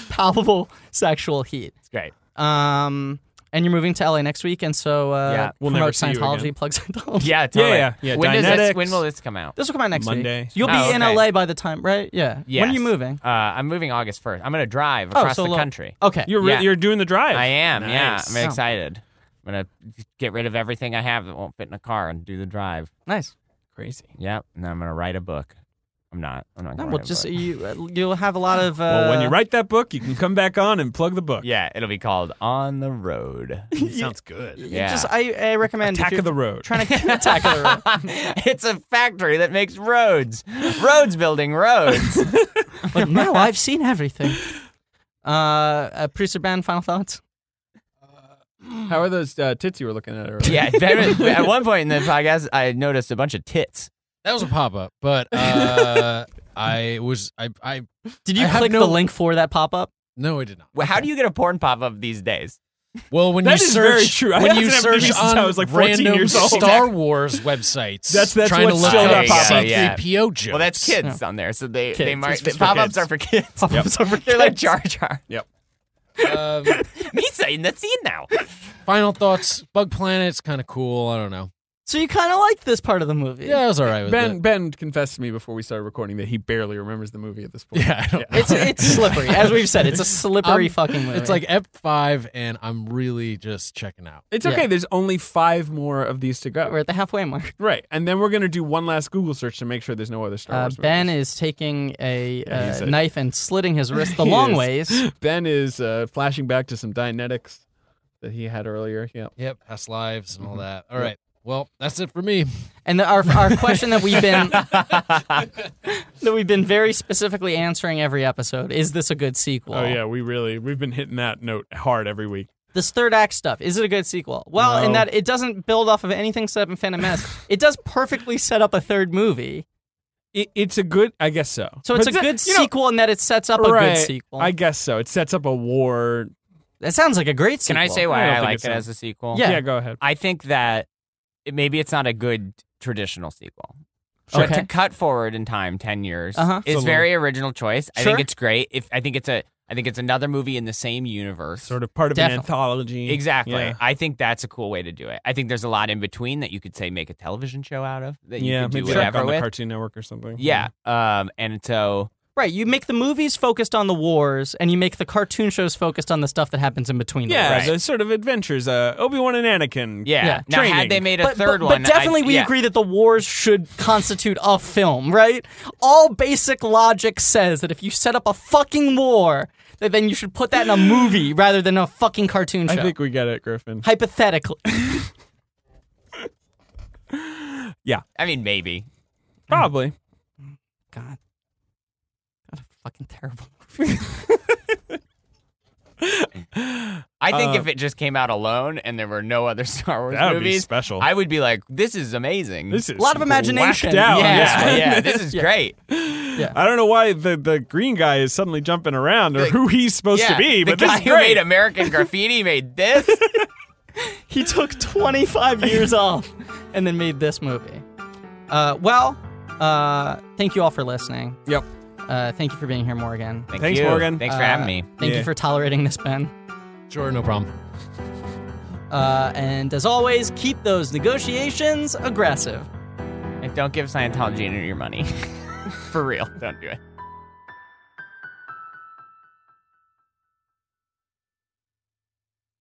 Palpable sexual heat.
It's great.
Um, and you're moving to LA next week, and so uh,
Yeah.
We'll never
promote
see you
Scientology,
again.
plug Scientology.
Yeah, totally.
yeah, yeah,
When, does this,
Dianetics.
when will this come out?
This will come out next
Monday.
week. You'll be
Oh,
in
okay.
LA by the time, right? Yeah. When are you
Yes.
moving?
Uh, I'm moving August 1st. I'm going to drive
Oh,
across
so
the
lo-
country.
Okay.
You're re-
Yeah.
you're doing the drive.
I am, yeah.
Nice.
I'm excited. I'm going to get rid of everything I have that won't fit in a car and do the drive.
nice.
Crazy.
Yep. And then I'm going to write a book. I'm not. I'm not
No,
going to
well, just you. uh, You'll have a lot of. Uh,
Well, when you write that book, you can come back on and plug the book.
Yeah, it'll be called On the Road.
sounds good.
you
yeah.
Just I, I recommend if
Attack
you're
of the road.
trying to attack of the road.
it's a factory that makes roads. Roads building roads.
But now I've seen everything. Uh, uh producer Ben, final thoughts.
How are those uh, tits you were looking at? Earlier?
yeah, there is- at one point in the podcast, I noticed a bunch of tits.
That was a pop up, but uh, I was I I
Did you
I have
click
no-
the link for that pop up?
no, I did not.
Well, How do you get a porn pop up these days?
Well, when
That
you
is
search,
very true. I
when
haven't
you
had
search
movies since
on
I was, like, 14
random
years old.
Star Wars websites,
That's- that's
trying to
what's
look
still
up
that pop-up.
C3PO jokes.
Well, that's kids on there, so they
Kids,
they mark
it's just for
pop ups
kids.
are for kids.
Pop-ups are for
They're like
kids.
Jar Jar.
Yep.
Um,
Me saying the scene now.
final thoughts. Bug Planet's kind of cool. I don't know.
So you kind of liked this part of the movie.
Yeah, it was all right with
Ben
it.
Ben confessed to me before we started recording that he barely remembers the movie at this point.
Yeah, I don't know.
It's it's slippery, as we've said. It's a slippery
I'm-
fucking movie.
It's like Ep five, and I'm really just checking out.
It's
Yeah.
okay. There's only five more of these to go.
we're at the halfway mark.
Right, and then we're gonna do one last Google search to make sure there's no other Star
Uh,
Wars.
ben
movies.
is taking a,
Yeah, he's
uh,
a-
knife and slitting his wrist the
He
long
is.
ways.
Ben is uh, flashing back to some Dianetics that he had earlier. Yeah,
Yep, past lives and all that. All right. Well, that's it for me.
And the, our our question that we've been that we've been very specifically answering every episode is this a good sequel?
Oh yeah, we really we've been hitting that note hard every week.
This third act stuff is it a good sequel? Well, in
No.
that it doesn't build off of anything set up in Phantom Menace. it does perfectly set up a third movie,
It, it's a good, I guess so.
so it's
But
a
that-
good
you know,
sequel in that it sets up a
right,
good sequel.
I guess so. It sets up a war.
that sounds like a great
Can
sequel.
I say
I
why
don't
I,
think
like
it's
it
a-
as a sequel?
Yeah.
go ahead.
I think that it, maybe it's not a good traditional sequel.
Sure.
But
Okay.
to cut forward in time, ten years
Uh-huh.
is
Absolutely.
very original choice. I
Sure.
think it's great. If I think it's a, I think it's another movie in the same universe.
Sort of part of an
Definitely. Uh,
anthology.
Exactly.
Yeah.
I think that's a cool way to do it. I think there's a lot in between that you could say make a television show out of that you
yeah,
could do
maybe like
whatever
on the
with.
Cartoon Network or something.
Yeah. Um. And so
Right, you make the movies focused on the wars, and you make the cartoon shows focused on the stuff that happens in between.
yeah,
them.
Right.
the sort of adventures. Uh, Obi Wan and Anakin.
yeah.
Yeah.
Now
Training.
had they made a
But,
third
but,
one,
but definitely
I,
we
yeah.
agree that the wars should constitute a film, right? All basic logic says that if you set up a fucking war, that then you should put that in a movie rather than a fucking cartoon show.
I think we get it, Griffin.
Hypothetically,
I mean, maybe.
Probably.
God, what a fucking terrible movie.
I think
Uh,
if it just came out alone and there were no other Star Wars
That would be
movies,
special.
I would be like, "This is amazing.
This is
Lot of imagination.
whacked out.
yeah,
This
yeah,
one.
this is great."
I don't know why the, the green guy is suddenly jumping around or who he's supposed
yeah,
to be,
the
but this
guy
is
who made
great.
American Graffiti made this.
he took 25 years off and then made this movie. Uh, well, uh, thank you all for listening.
Yep.
Uh, thank you for being here, Morgan.
Thank
Thanks,
you.
Morgan.
Thanks for having
Uh,
me.
Thank
Yeah.
you for tolerating this, Ben.
Sure, no problem.
Uh, and as always, keep those negotiations aggressive.
And don't give Scientology any of your money. for real, don't do it.